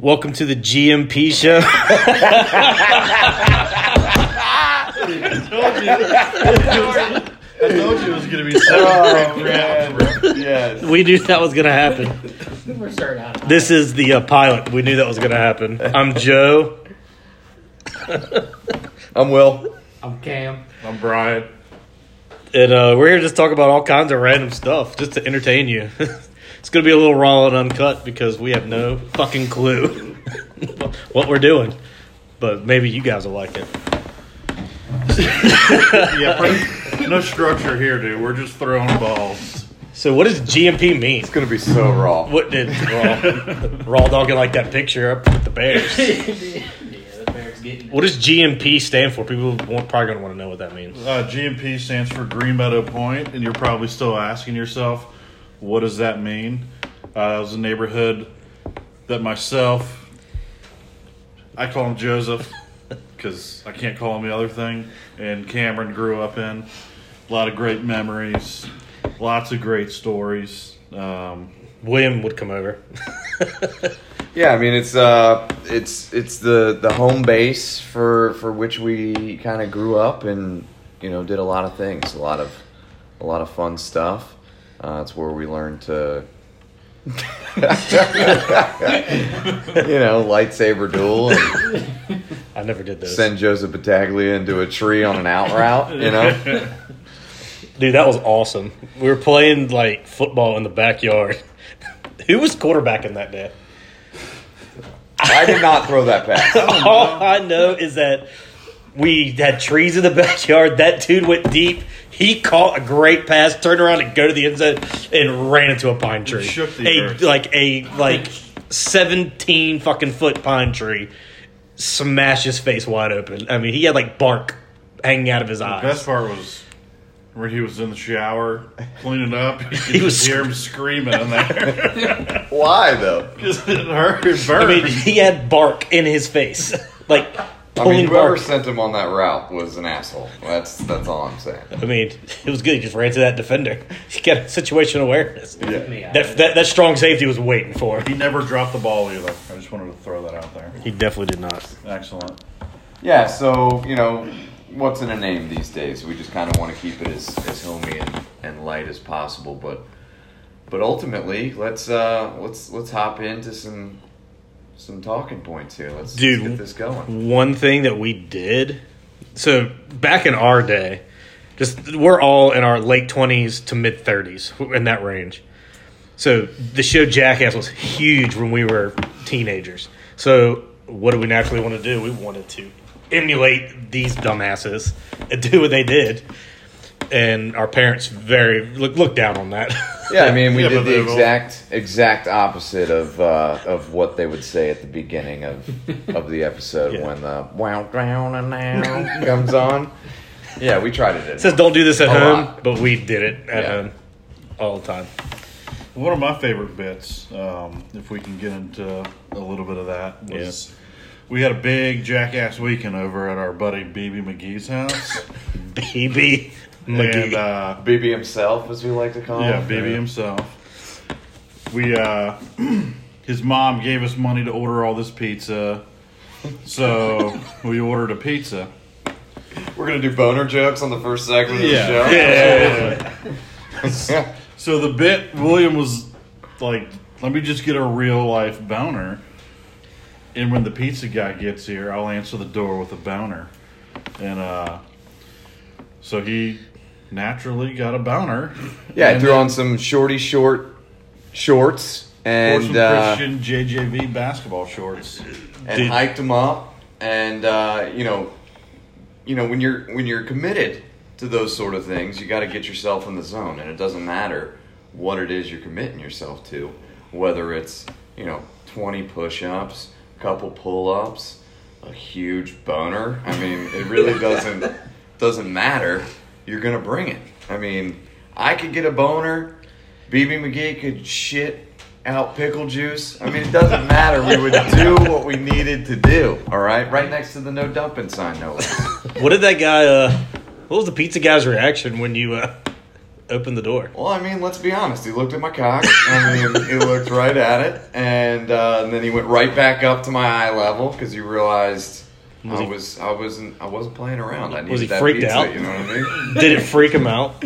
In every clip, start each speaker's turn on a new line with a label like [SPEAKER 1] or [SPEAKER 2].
[SPEAKER 1] Welcome to the GMP show.
[SPEAKER 2] I told you it was gonna be seven grand. Oh, Yes.
[SPEAKER 1] we knew that was going to happen.
[SPEAKER 3] We're starting out.
[SPEAKER 1] This is the uh, pilot. We knew that was going to happen. I'm Joe.
[SPEAKER 2] I'm Will.
[SPEAKER 3] I'm Cam.
[SPEAKER 2] I'm Brian.
[SPEAKER 1] And uh, we're here to just talk about all kinds of random stuff, just to entertain you. it's going to be a little raw and uncut because we have no fucking clue what we're doing. But maybe you guys will like it.
[SPEAKER 2] Yeah, pretty, no structure here, dude. We're just throwing balls.
[SPEAKER 1] So, what does GMP mean?
[SPEAKER 4] It's gonna be so raw.
[SPEAKER 1] What did raw, raw dogging like that picture up with the bears?
[SPEAKER 3] yeah, the bear's getting.
[SPEAKER 1] What does GMP stand for? People won't, probably going to want to know what that means.
[SPEAKER 2] Uh, GMP stands for Green Meadow Point, and you're probably still asking yourself, what does that mean? Uh, that was a neighborhood that myself, I call him Joseph because I can't call him the other thing, and Cameron grew up in. A lot of great memories, lots of great stories. Um,
[SPEAKER 1] William would come over.
[SPEAKER 4] Yeah, I mean it's uh it's it's the the home base for for which we kind of grew up and you know did a lot of things, a lot of a lot of fun stuff. Uh, it's where we learned to you know lightsaber duel and
[SPEAKER 1] I never did those.
[SPEAKER 4] send Joseph Battaglia into a tree on an out route. You know,
[SPEAKER 1] Dude, that was awesome. We were playing like football in the backyard. Who was quarterbacking that day?
[SPEAKER 4] I did not throw that pass.
[SPEAKER 1] All I know is that we had trees in the backyard. That dude went deep. He caught a great pass, turned around and go to the end zone, and ran into a pine tree.
[SPEAKER 2] Shook the
[SPEAKER 1] a,
[SPEAKER 2] earth.
[SPEAKER 1] like a like seventeen fucking foot pine tree. Smashed his face wide open. I mean, he had like bark hanging out of his eyes.
[SPEAKER 2] Best part was when he was in the shower cleaning up. You could
[SPEAKER 1] He was
[SPEAKER 2] just hear him screaming in there.
[SPEAKER 4] Why though?
[SPEAKER 2] just it hurt. It
[SPEAKER 1] I
[SPEAKER 2] burned.
[SPEAKER 1] mean, he had bark in his face, like
[SPEAKER 4] I
[SPEAKER 1] pulling
[SPEAKER 4] mean, whoever
[SPEAKER 1] bark.
[SPEAKER 4] sent him on that route was an asshole. That's that's all I'm saying.
[SPEAKER 1] I mean, it was good. He just ran to that defender. He got situational awareness.
[SPEAKER 3] Me out.
[SPEAKER 1] That, that that strong safety was waiting for. him.
[SPEAKER 2] he never dropped the ball either. I just wanted to throw that out there.
[SPEAKER 1] He definitely did not.
[SPEAKER 2] Excellent.
[SPEAKER 4] Yeah, so you know, what's in a name these days? We just kind of want to keep it as, as homey and, and light as possible, but but ultimately, let's uh, let's let's hop into some some talking points here. Let's,
[SPEAKER 1] Dude.
[SPEAKER 4] let's get this going.
[SPEAKER 1] One thing that we did. So back in our day, just we're all in our late twenties to mid thirties in that range. So the show Jackass was huge when we were teenagers. So what did we naturally want to do? We wanted to emulate these dumbasses and do what they did. And our parents very look looked down on that.
[SPEAKER 4] Yeah, I mean, we
[SPEAKER 2] Yeah, but
[SPEAKER 4] did the
[SPEAKER 2] they've all-
[SPEAKER 4] exact exact opposite of uh, of what they would say at the beginning of of the episode
[SPEAKER 1] Yeah.
[SPEAKER 4] when the wow down and now comes on. Yeah, we tried it.
[SPEAKER 1] says don't do this at
[SPEAKER 4] A
[SPEAKER 1] home,
[SPEAKER 4] lot.
[SPEAKER 1] but we did it at
[SPEAKER 4] Yeah.
[SPEAKER 1] home all the time.
[SPEAKER 2] One of my favorite bits, um, if we can get into a little bit of that, was we had a big jackass weekend over at our buddy BB McGee's house.
[SPEAKER 1] Baby
[SPEAKER 2] and
[SPEAKER 1] McGee.
[SPEAKER 2] uh,
[SPEAKER 4] BB himself, as we like to call
[SPEAKER 2] Yeah,
[SPEAKER 4] him.
[SPEAKER 2] BB himself. We uh his mom gave us money to order all this pizza. So we ordered a pizza.
[SPEAKER 4] We're gonna do boner jokes on the first segment
[SPEAKER 2] Yeah.
[SPEAKER 4] of the show.
[SPEAKER 1] yeah.
[SPEAKER 4] Yeah.
[SPEAKER 2] So the bit William was like, let me just get a real life boner. And when the pizza guy gets here, I'll answer the door with a boner. And uh so he naturally got a boner.
[SPEAKER 4] I
[SPEAKER 2] And
[SPEAKER 4] threw
[SPEAKER 2] then
[SPEAKER 4] on some shorty short shorts
[SPEAKER 2] wore
[SPEAKER 4] and
[SPEAKER 2] some
[SPEAKER 4] uh,
[SPEAKER 2] Christian JJV basketball shorts.
[SPEAKER 4] and
[SPEAKER 1] Dude.
[SPEAKER 4] hiked them up. And uh, you know, you know when you're when you're committed to those sort of things, you got to get yourself in the zone, and it doesn't matter what it is you're committing yourself to, whether it's you know 20 push-ups, couple pull-ups, a huge boner. I mean, it really doesn't doesn't matter. You're gonna bring it. I mean, I could get a boner. BB McGee could shit out pickle juice. I mean, it doesn't matter. We would do what we needed to do. All right, right next to the no dumping sign, no less.
[SPEAKER 1] What did that guy? Uh, what was the pizza guy's reaction when you uh, opened the door.
[SPEAKER 4] Well, I mean, let's be honest. He looked at my cock. I mean, he looked right at it, and, uh, and then he went right back up to my eye level because he realized
[SPEAKER 1] Was
[SPEAKER 4] I
[SPEAKER 1] he-
[SPEAKER 4] was I wasn't I wasn't playing around. I needed
[SPEAKER 1] Was he
[SPEAKER 4] that
[SPEAKER 1] freaked
[SPEAKER 4] pizza,
[SPEAKER 1] out?
[SPEAKER 4] You know what I mean?
[SPEAKER 1] Did it freak him out?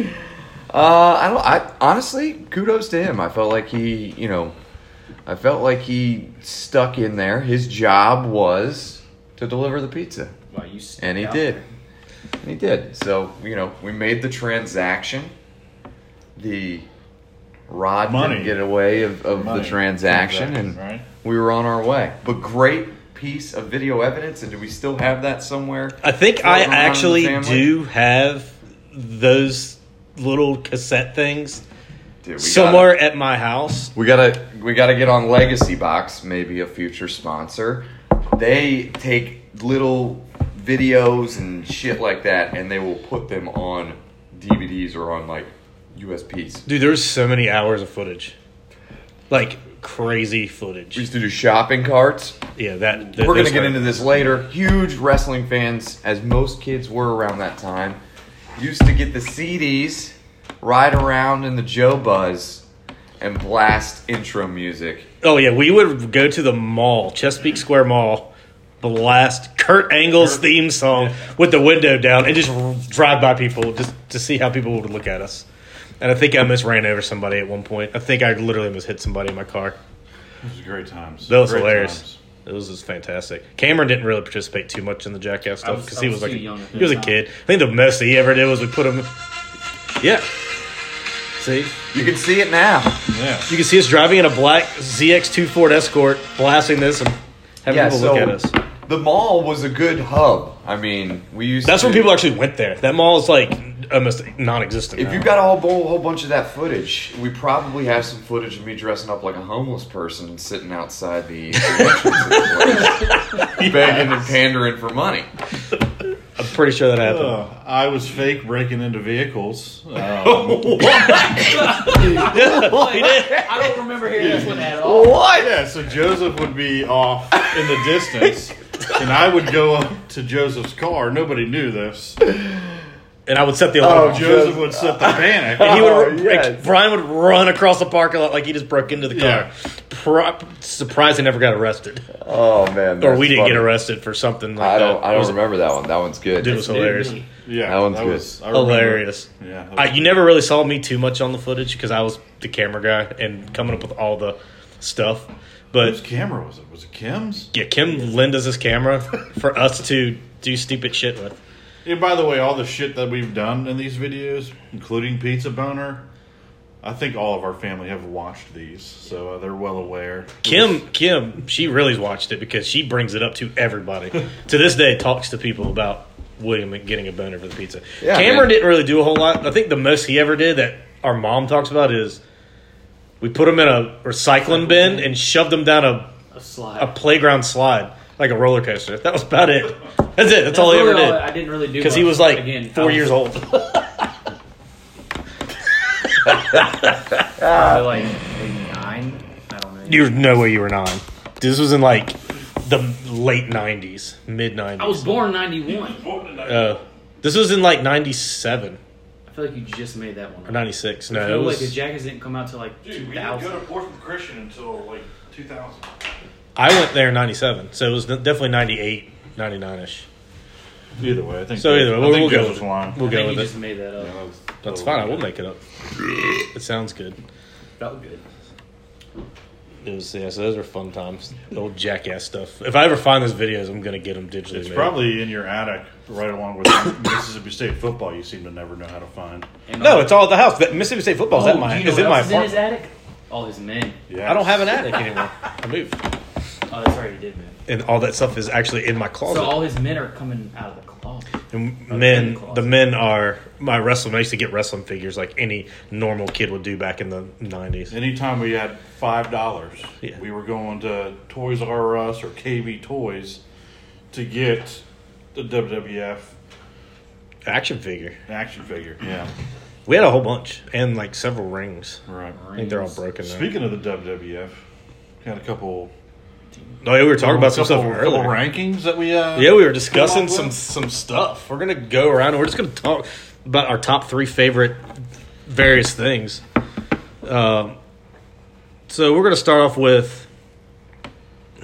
[SPEAKER 4] Uh, I don't. I honestly, kudos to him. I felt like he, you know, I felt like he stuck in there. His job was to deliver the pizza,
[SPEAKER 3] Well, you stuck
[SPEAKER 4] and he
[SPEAKER 3] out
[SPEAKER 4] did.
[SPEAKER 3] there.
[SPEAKER 4] And he did. So you know, we made the transaction. The rod
[SPEAKER 2] Money.
[SPEAKER 4] didn't get away of, of the
[SPEAKER 2] Money.
[SPEAKER 4] transaction, and
[SPEAKER 2] Right?
[SPEAKER 4] we were on our way. But great piece of video evidence, and do we still have that somewhere?
[SPEAKER 1] I think I
[SPEAKER 4] Floating around in the
[SPEAKER 1] actually
[SPEAKER 4] family?
[SPEAKER 1] do have those little cassette things
[SPEAKER 4] Dude, we
[SPEAKER 1] somewhere at my house.
[SPEAKER 4] We gotta we gotta get on Legacy Box, maybe a future sponsor. They take little videos and shit like that, and they will put them on DVDs or on like USPs.
[SPEAKER 1] Dude, there's so many hours of footage. Like crazy
[SPEAKER 4] We
[SPEAKER 1] footage.
[SPEAKER 4] used to do shopping carts.
[SPEAKER 1] Yeah, that.
[SPEAKER 4] We're gonna get into this later. Huge wrestling fans, as most kids were around that time, used to get the CDs, ride around in the Joe Buzz, and blast intro music.
[SPEAKER 1] Oh yeah, we would go to the mall, Chesapeake Square Mall, blast Kurt Angle's theme song with the window down, and just r- drive by people just to see how people would look at us. And I think I almost ran over somebody at one point. I think I literally almost hit somebody in my car.
[SPEAKER 2] It was great times.
[SPEAKER 1] That was
[SPEAKER 2] Great
[SPEAKER 1] hilarious.
[SPEAKER 2] times.
[SPEAKER 1] It was just fantastic. Cameron didn't really participate too much in the Jackass
[SPEAKER 3] I
[SPEAKER 1] stuff
[SPEAKER 3] was-
[SPEAKER 1] because
[SPEAKER 3] I
[SPEAKER 1] he was
[SPEAKER 3] was
[SPEAKER 1] like
[SPEAKER 3] too young at
[SPEAKER 1] he was a
[SPEAKER 3] that
[SPEAKER 1] kid. I think the most he ever did was we put him. Yeah. See,
[SPEAKER 4] You can see it now.
[SPEAKER 2] Yeah.
[SPEAKER 1] you can see us driving in a black ZX2 Ford Escort, blasting this and having people look at us.
[SPEAKER 4] The mall was a good hub. I mean, we used.
[SPEAKER 1] That's
[SPEAKER 4] to,
[SPEAKER 1] when people actually went there. That mall is like almost non-existent.
[SPEAKER 4] If
[SPEAKER 1] now.
[SPEAKER 4] you got a whole, bo- whole bunch of that footage, we probably have some footage of me dressing up like a homeless person and sitting outside the entrance of the place, begging and pandering for money.
[SPEAKER 1] I'm pretty sure that happened.
[SPEAKER 2] Uh, I was fake breaking into vehicles. Um,
[SPEAKER 3] I don't remember hearing this one at all.
[SPEAKER 4] What?
[SPEAKER 2] yeah, so Joseph would be off in the distance, and I would go up to Joseph's car. Nobody knew this.
[SPEAKER 1] and I would set the alarm.
[SPEAKER 4] Oh,
[SPEAKER 1] off.
[SPEAKER 2] Joseph would set the panic.
[SPEAKER 1] and he would,
[SPEAKER 4] Oh, yes.
[SPEAKER 1] like, Brian would run across the parking lot like he just broke into the car.
[SPEAKER 2] Yeah.
[SPEAKER 1] Pro- surprised he never got arrested,
[SPEAKER 4] Oh man!
[SPEAKER 1] or
[SPEAKER 4] that's
[SPEAKER 1] we didn't
[SPEAKER 4] funny.
[SPEAKER 1] get arrested for something like
[SPEAKER 4] I don't.
[SPEAKER 1] that.
[SPEAKER 4] I
[SPEAKER 1] It
[SPEAKER 4] don't
[SPEAKER 1] was
[SPEAKER 4] remember that one. That one's good.
[SPEAKER 1] Dude, it was hilarious.
[SPEAKER 3] Dude,
[SPEAKER 2] Yeah,
[SPEAKER 4] That one's good.
[SPEAKER 2] I remember.
[SPEAKER 1] Hilarious.
[SPEAKER 2] Yeah, that
[SPEAKER 1] I,
[SPEAKER 2] was-
[SPEAKER 1] you never really saw me too much on the footage because I was the camera guy and coming up with all the stuff.
[SPEAKER 2] Whose
[SPEAKER 1] But
[SPEAKER 2] camera was it? Was it Kim's?
[SPEAKER 1] yeah, Kim lends us his camera for us to do stupid shit with.
[SPEAKER 2] And by the way, all the shit that we've done in these videos, including Pizza Boner, I think all of our family have watched these, so uh, they're well aware.
[SPEAKER 1] Kim, Kim, she really's watched it because she brings it up to everybody. to this day, talks to people about William getting a boner for the pizza.
[SPEAKER 4] Yeah,
[SPEAKER 1] Cameron
[SPEAKER 4] man.
[SPEAKER 1] didn't really do a whole lot. I think the most he ever did that our mom talks about is we put him in a recycling bin and shoved him down a,
[SPEAKER 3] A
[SPEAKER 1] a
[SPEAKER 3] slide.
[SPEAKER 1] playground slide like a roller coaster. That was about it. That's it. That's all he ever
[SPEAKER 3] really I
[SPEAKER 1] did.
[SPEAKER 3] didn't really do
[SPEAKER 1] Because he
[SPEAKER 3] much.
[SPEAKER 1] was like
[SPEAKER 3] Again, I
[SPEAKER 1] four
[SPEAKER 3] was
[SPEAKER 1] years old.
[SPEAKER 3] probably, like maybe nine. I don't know.
[SPEAKER 1] You're no way you were nine. This was in like the late '90s, mid '90s.
[SPEAKER 3] I was born in '91.
[SPEAKER 1] Uh, this was in like 97
[SPEAKER 3] I feel like you just made that one.
[SPEAKER 1] or
[SPEAKER 3] Up.
[SPEAKER 1] 96.
[SPEAKER 3] I
[SPEAKER 1] No,
[SPEAKER 3] feel
[SPEAKER 1] it
[SPEAKER 3] like the
[SPEAKER 1] was,
[SPEAKER 3] Jackets didn't come out till like 2000.
[SPEAKER 2] to Portland Christian until like 2000.
[SPEAKER 1] I went there in 97. So it was definitely 98, 99 ish.
[SPEAKER 2] Either way, I think.
[SPEAKER 1] So either way,
[SPEAKER 2] I
[SPEAKER 1] we'll,
[SPEAKER 2] think
[SPEAKER 1] we'll go
[SPEAKER 2] Joseph's
[SPEAKER 1] with it. We'll
[SPEAKER 2] lying.
[SPEAKER 3] I think
[SPEAKER 1] go
[SPEAKER 3] you
[SPEAKER 1] with
[SPEAKER 3] just
[SPEAKER 1] it.
[SPEAKER 3] made that up.
[SPEAKER 2] That was-
[SPEAKER 1] That's fine. I will make it up. It sounds good.
[SPEAKER 3] Felt good.
[SPEAKER 1] It was, yeah, so those were fun times. The old jackass stuff. If I ever find those videos, I'm going to get them digitally.
[SPEAKER 2] It's
[SPEAKER 1] made.
[SPEAKER 2] probably in your attic, right along with Mississippi State football. You seem to never know how to find.
[SPEAKER 3] And
[SPEAKER 1] No,
[SPEAKER 3] all-
[SPEAKER 1] it's all at the house. That Mississippi State football is
[SPEAKER 3] Oh,
[SPEAKER 1] at my,
[SPEAKER 3] do you know
[SPEAKER 1] is
[SPEAKER 3] what
[SPEAKER 1] in my
[SPEAKER 3] else is in his
[SPEAKER 1] apartment.
[SPEAKER 3] attic? All his men.
[SPEAKER 2] Yeah,
[SPEAKER 1] I don't have an attic anymore. I moved.
[SPEAKER 3] Oh, that's right, he did, man.
[SPEAKER 1] And all that stuff is actually in my closet.
[SPEAKER 3] So all his men are coming out of the closet.
[SPEAKER 1] And
[SPEAKER 3] Oh, in
[SPEAKER 1] men,
[SPEAKER 3] the closet.
[SPEAKER 1] the men are my wrestling. I used to get wrestling figures like any normal kid would do back in the nineties.
[SPEAKER 2] Anytime we had five dollars,
[SPEAKER 1] Yeah.
[SPEAKER 2] we were going to Toys R Us or KB Toys to get the WWF
[SPEAKER 1] Action figure.
[SPEAKER 2] action figure. Yeah,
[SPEAKER 1] We had a whole bunch and like several rings.
[SPEAKER 2] right.
[SPEAKER 1] I think they're all broken. Now.
[SPEAKER 2] Speaking of the WWF, had a couple.
[SPEAKER 1] Oh yeah, we were talking about some stuff
[SPEAKER 2] couple, couple
[SPEAKER 1] earlier.
[SPEAKER 2] rankings that we. Uh,
[SPEAKER 1] Yeah, we were discussing
[SPEAKER 2] Come
[SPEAKER 1] some
[SPEAKER 2] on,
[SPEAKER 1] some stuff. We're gonna go around. and We're just gonna talk about our top three favorite various things. Um, so we're gonna start off with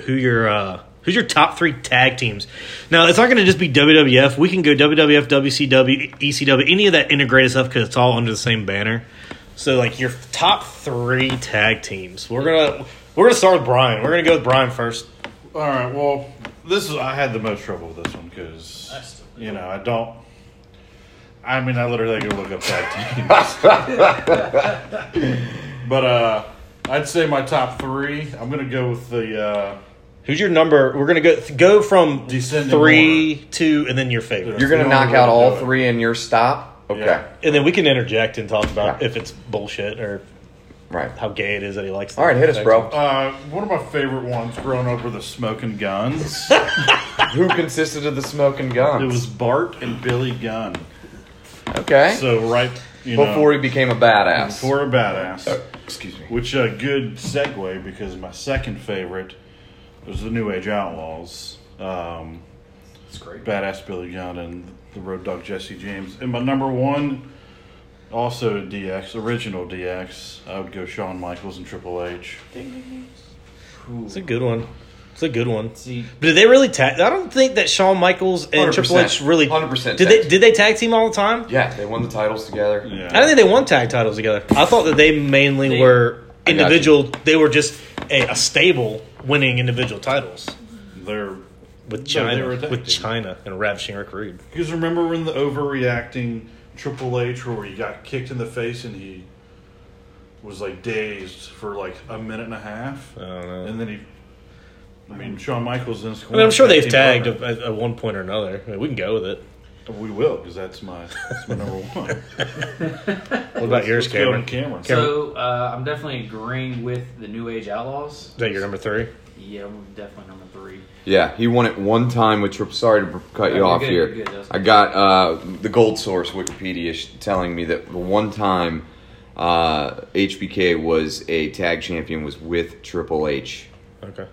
[SPEAKER 1] who your uh, who's your top three tag teams. Now it's not gonna just be WWF. We can go WWF, WCW, ECW, E any of that integrated stuff because it's all under the same banner. So like your top three tag teams. We're gonna we're gonna start with Brian. We're gonna go with Brian first.
[SPEAKER 2] All right. Well, this is I had the most trouble with this one because
[SPEAKER 3] I still do.
[SPEAKER 2] you know I don't. I mean, I literally go look up tag teams. but uh, I'd say my top three. I'm gonna go with the. Uh,
[SPEAKER 1] Who's your number? We're gonna go go from
[SPEAKER 2] Descending
[SPEAKER 1] three, two, and then your favorite,
[SPEAKER 4] You're going to
[SPEAKER 2] That's the only
[SPEAKER 4] knock
[SPEAKER 2] way
[SPEAKER 4] out
[SPEAKER 2] to
[SPEAKER 4] all
[SPEAKER 2] do it.
[SPEAKER 4] three in your stop? Okay.
[SPEAKER 2] Yeah.
[SPEAKER 1] and then we can interject and talk about
[SPEAKER 4] Yeah.
[SPEAKER 1] if it's bullshit or
[SPEAKER 4] Right.
[SPEAKER 1] how gay it is that he likes.
[SPEAKER 4] All right, hit us, bro.
[SPEAKER 2] uh, one of my favorite ones growing up were the Smoking Guns.
[SPEAKER 4] Who consisted of the smoking guns?
[SPEAKER 2] it was Bart and Billy Gunn.
[SPEAKER 4] okay.
[SPEAKER 2] So right you know,
[SPEAKER 4] before he became a badass.
[SPEAKER 2] before a badass.
[SPEAKER 4] Uh, excuse me.
[SPEAKER 2] Which a uh, good segue because my second favorite was the New Age Outlaws, um,
[SPEAKER 3] It's great.
[SPEAKER 2] Badass Billy Gunn and the Road Dog Jesse James, and my number one, also DX, original DX. I would go Shawn Michaels and Triple H.
[SPEAKER 3] Ooh.
[SPEAKER 1] It's a good one. It's a good one.
[SPEAKER 3] See,
[SPEAKER 1] But did they really tag? I don't think that Shawn Michaels and Triple H
[SPEAKER 4] 100%.
[SPEAKER 1] really.
[SPEAKER 4] 100%
[SPEAKER 1] Did they
[SPEAKER 4] tag.
[SPEAKER 1] did they tag team all the time?
[SPEAKER 4] Yeah, they won the titles together.
[SPEAKER 2] Yeah,
[SPEAKER 1] I don't think they won tag titles together. I thought that they mainly
[SPEAKER 3] They-
[SPEAKER 1] were
[SPEAKER 4] I got you.
[SPEAKER 1] individual. They were just a, a stable winning individual titles
[SPEAKER 2] they're
[SPEAKER 1] with
[SPEAKER 2] No, they
[SPEAKER 1] China,
[SPEAKER 2] were a tag
[SPEAKER 1] with
[SPEAKER 2] team.
[SPEAKER 1] China and Ravishing Rick Rude.
[SPEAKER 2] because remember when the overreacting Triple H, where he got kicked in the face and he was like dazed for like a minute and a half,
[SPEAKER 1] I don't know.
[SPEAKER 2] and then he. I mean, Shawn Michaels and his
[SPEAKER 1] I mean, I'm sure they've
[SPEAKER 2] tag
[SPEAKER 1] tagged
[SPEAKER 2] team
[SPEAKER 1] at, at one point or another. I mean, we can go with it.
[SPEAKER 2] We will, because that's my, that's my number one.
[SPEAKER 1] What about yours,
[SPEAKER 2] Let's go
[SPEAKER 1] Cameron?
[SPEAKER 2] to Cameron.
[SPEAKER 1] Cameron.
[SPEAKER 3] so uh, I'm definitely agreeing with the New Age Outlaws.
[SPEAKER 1] Is that your number three?
[SPEAKER 3] Yeah, I'm definitely number three.
[SPEAKER 4] Yeah, he won it one time with Triple. Sorry to
[SPEAKER 3] No,
[SPEAKER 4] cut you
[SPEAKER 3] you're
[SPEAKER 4] off
[SPEAKER 3] good,
[SPEAKER 4] here.
[SPEAKER 3] you're good, that was
[SPEAKER 4] I got uh, the Gold Source Wikipedia sh- telling me that the one time uh, HBK was a tag champion was with Triple H.
[SPEAKER 1] Okay.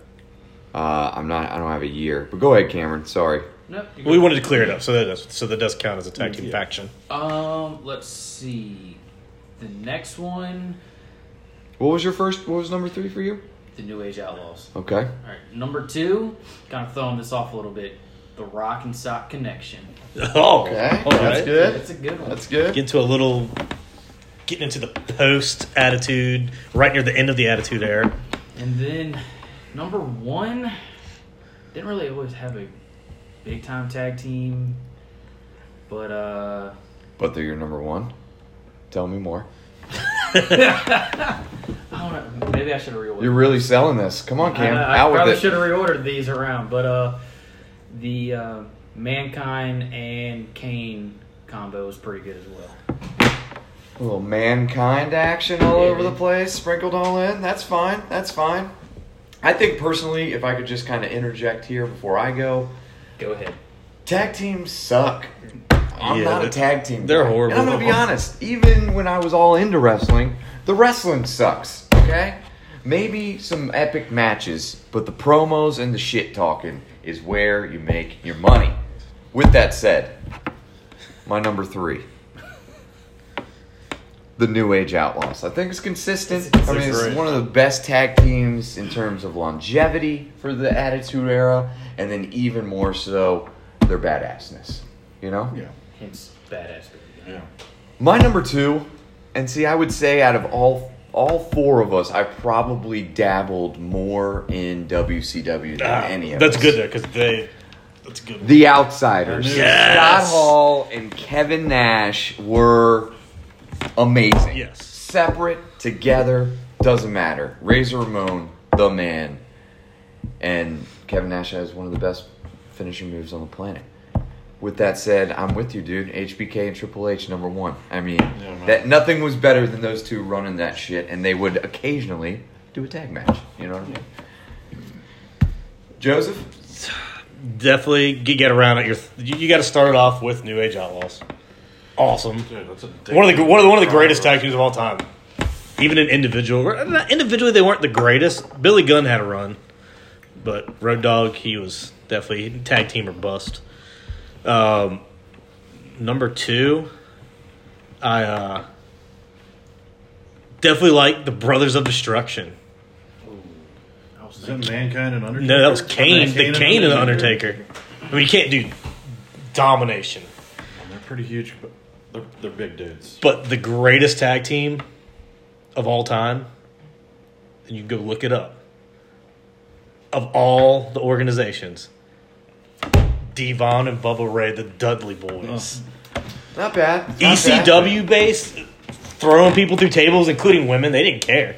[SPEAKER 4] Uh, I'm not. I don't have a year. But go ahead, Cameron. Sorry.
[SPEAKER 3] Nope. you're
[SPEAKER 1] We
[SPEAKER 3] good.
[SPEAKER 1] wanted to clear it up, so that does, so that does count as a tag team
[SPEAKER 2] Yeah.
[SPEAKER 1] faction.
[SPEAKER 3] Um, let's see. The next one,
[SPEAKER 4] What was your first? What was number three for you?
[SPEAKER 3] the New Age Outlaws.
[SPEAKER 4] Okay.
[SPEAKER 3] All right, number two, kind of throwing this off a little bit. The Rock and Sock Connection.
[SPEAKER 1] Oh,
[SPEAKER 4] Okay.
[SPEAKER 1] all
[SPEAKER 4] That's
[SPEAKER 1] right.
[SPEAKER 4] good.
[SPEAKER 3] That's a good one.
[SPEAKER 4] That's good.
[SPEAKER 1] Get into a little, getting into the post attitude, right near the end of the attitude era.
[SPEAKER 3] And then number one didn't really always have a big time tag team, but uh,
[SPEAKER 4] But they're your number one. Tell me more.
[SPEAKER 3] I don't know. Maybe I should have reordered.
[SPEAKER 4] You're really selling this. Come on,
[SPEAKER 3] I,
[SPEAKER 4] Cam.
[SPEAKER 3] I
[SPEAKER 4] Out
[SPEAKER 3] probably
[SPEAKER 4] with
[SPEAKER 3] should
[SPEAKER 4] it.
[SPEAKER 3] have reordered these around, but uh, the uh, mankind and Kane combo was pretty good as well.
[SPEAKER 4] A little mankind action all
[SPEAKER 3] Yeah.
[SPEAKER 4] over the place, sprinkled all in. That's fine. That's fine. I think personally, if I could just kind of interject here before I go,
[SPEAKER 3] Go ahead.
[SPEAKER 4] tag teams suck. I'm
[SPEAKER 1] Yeah,
[SPEAKER 4] not a
[SPEAKER 1] they-
[SPEAKER 4] tag team.
[SPEAKER 1] they're
[SPEAKER 4] guy.
[SPEAKER 1] horrible.
[SPEAKER 4] And I'm gonna be honest. Even when I was all into wrestling, the wrestling sucks. Okay, maybe some epic matches, but the promos and the shit talking is where you make your money. With that said, my number three. The New Age Outlaws. I think it's consistent.
[SPEAKER 3] It's- it's
[SPEAKER 4] I mean, it's
[SPEAKER 2] great.
[SPEAKER 4] one of the best tag teams in terms of longevity for the Attitude Era, and then even more so, their badassness. You know?
[SPEAKER 2] Yeah,
[SPEAKER 3] Hence badass.
[SPEAKER 2] yeah.
[SPEAKER 4] My number two, and see, I would say out of all all four of us, I probably dabbled more in WCW than
[SPEAKER 1] Ah,
[SPEAKER 4] any of
[SPEAKER 1] that's
[SPEAKER 4] us.
[SPEAKER 1] good though, because they. That's a good.
[SPEAKER 4] The Outsiders.
[SPEAKER 1] Yes.
[SPEAKER 4] Scott Hall and Kevin Nash were amazing.
[SPEAKER 1] yes.
[SPEAKER 4] Separate, together, doesn't matter. Razor Ramon, the man. And Kevin Nash has one of the best finishing moves on the planet. With that said, I'm with you, dude. HBK and Triple H, number one. I mean,
[SPEAKER 2] man.
[SPEAKER 4] that nothing was better than those two running that shit, and they would occasionally do a tag match. You know what I mean? Joseph,
[SPEAKER 1] Definitely get get around it. Your you, you got to start it off with New Age Outlaws. Awesome.
[SPEAKER 2] Dude, that's a
[SPEAKER 1] One of the one of the, one of the greatest tag teams of all time. Even an individual, not individually they weren't the greatest. Billy Gunn had a run, but Road Dogg he was definitely tag team or bust. Um, number two, I uh, definitely like the Brothers of Destruction.
[SPEAKER 3] I was
[SPEAKER 2] Is
[SPEAKER 3] thinking-
[SPEAKER 2] that Mankind and Undertaker?
[SPEAKER 1] No, that was Kane, the Kane of the
[SPEAKER 2] Undertaker?
[SPEAKER 1] Undertaker. I mean, you can't do domination,
[SPEAKER 2] They're pretty huge, but they're, they're big dudes.
[SPEAKER 1] but the greatest tag team of all time, and you go look it up. Of all the organizations, Devon and Bubba Ray, the Dudley Boys,
[SPEAKER 4] Not bad. Oh, Not
[SPEAKER 1] E
[SPEAKER 4] bad.
[SPEAKER 1] ECW based, throwing people through tables, including women. They didn't care.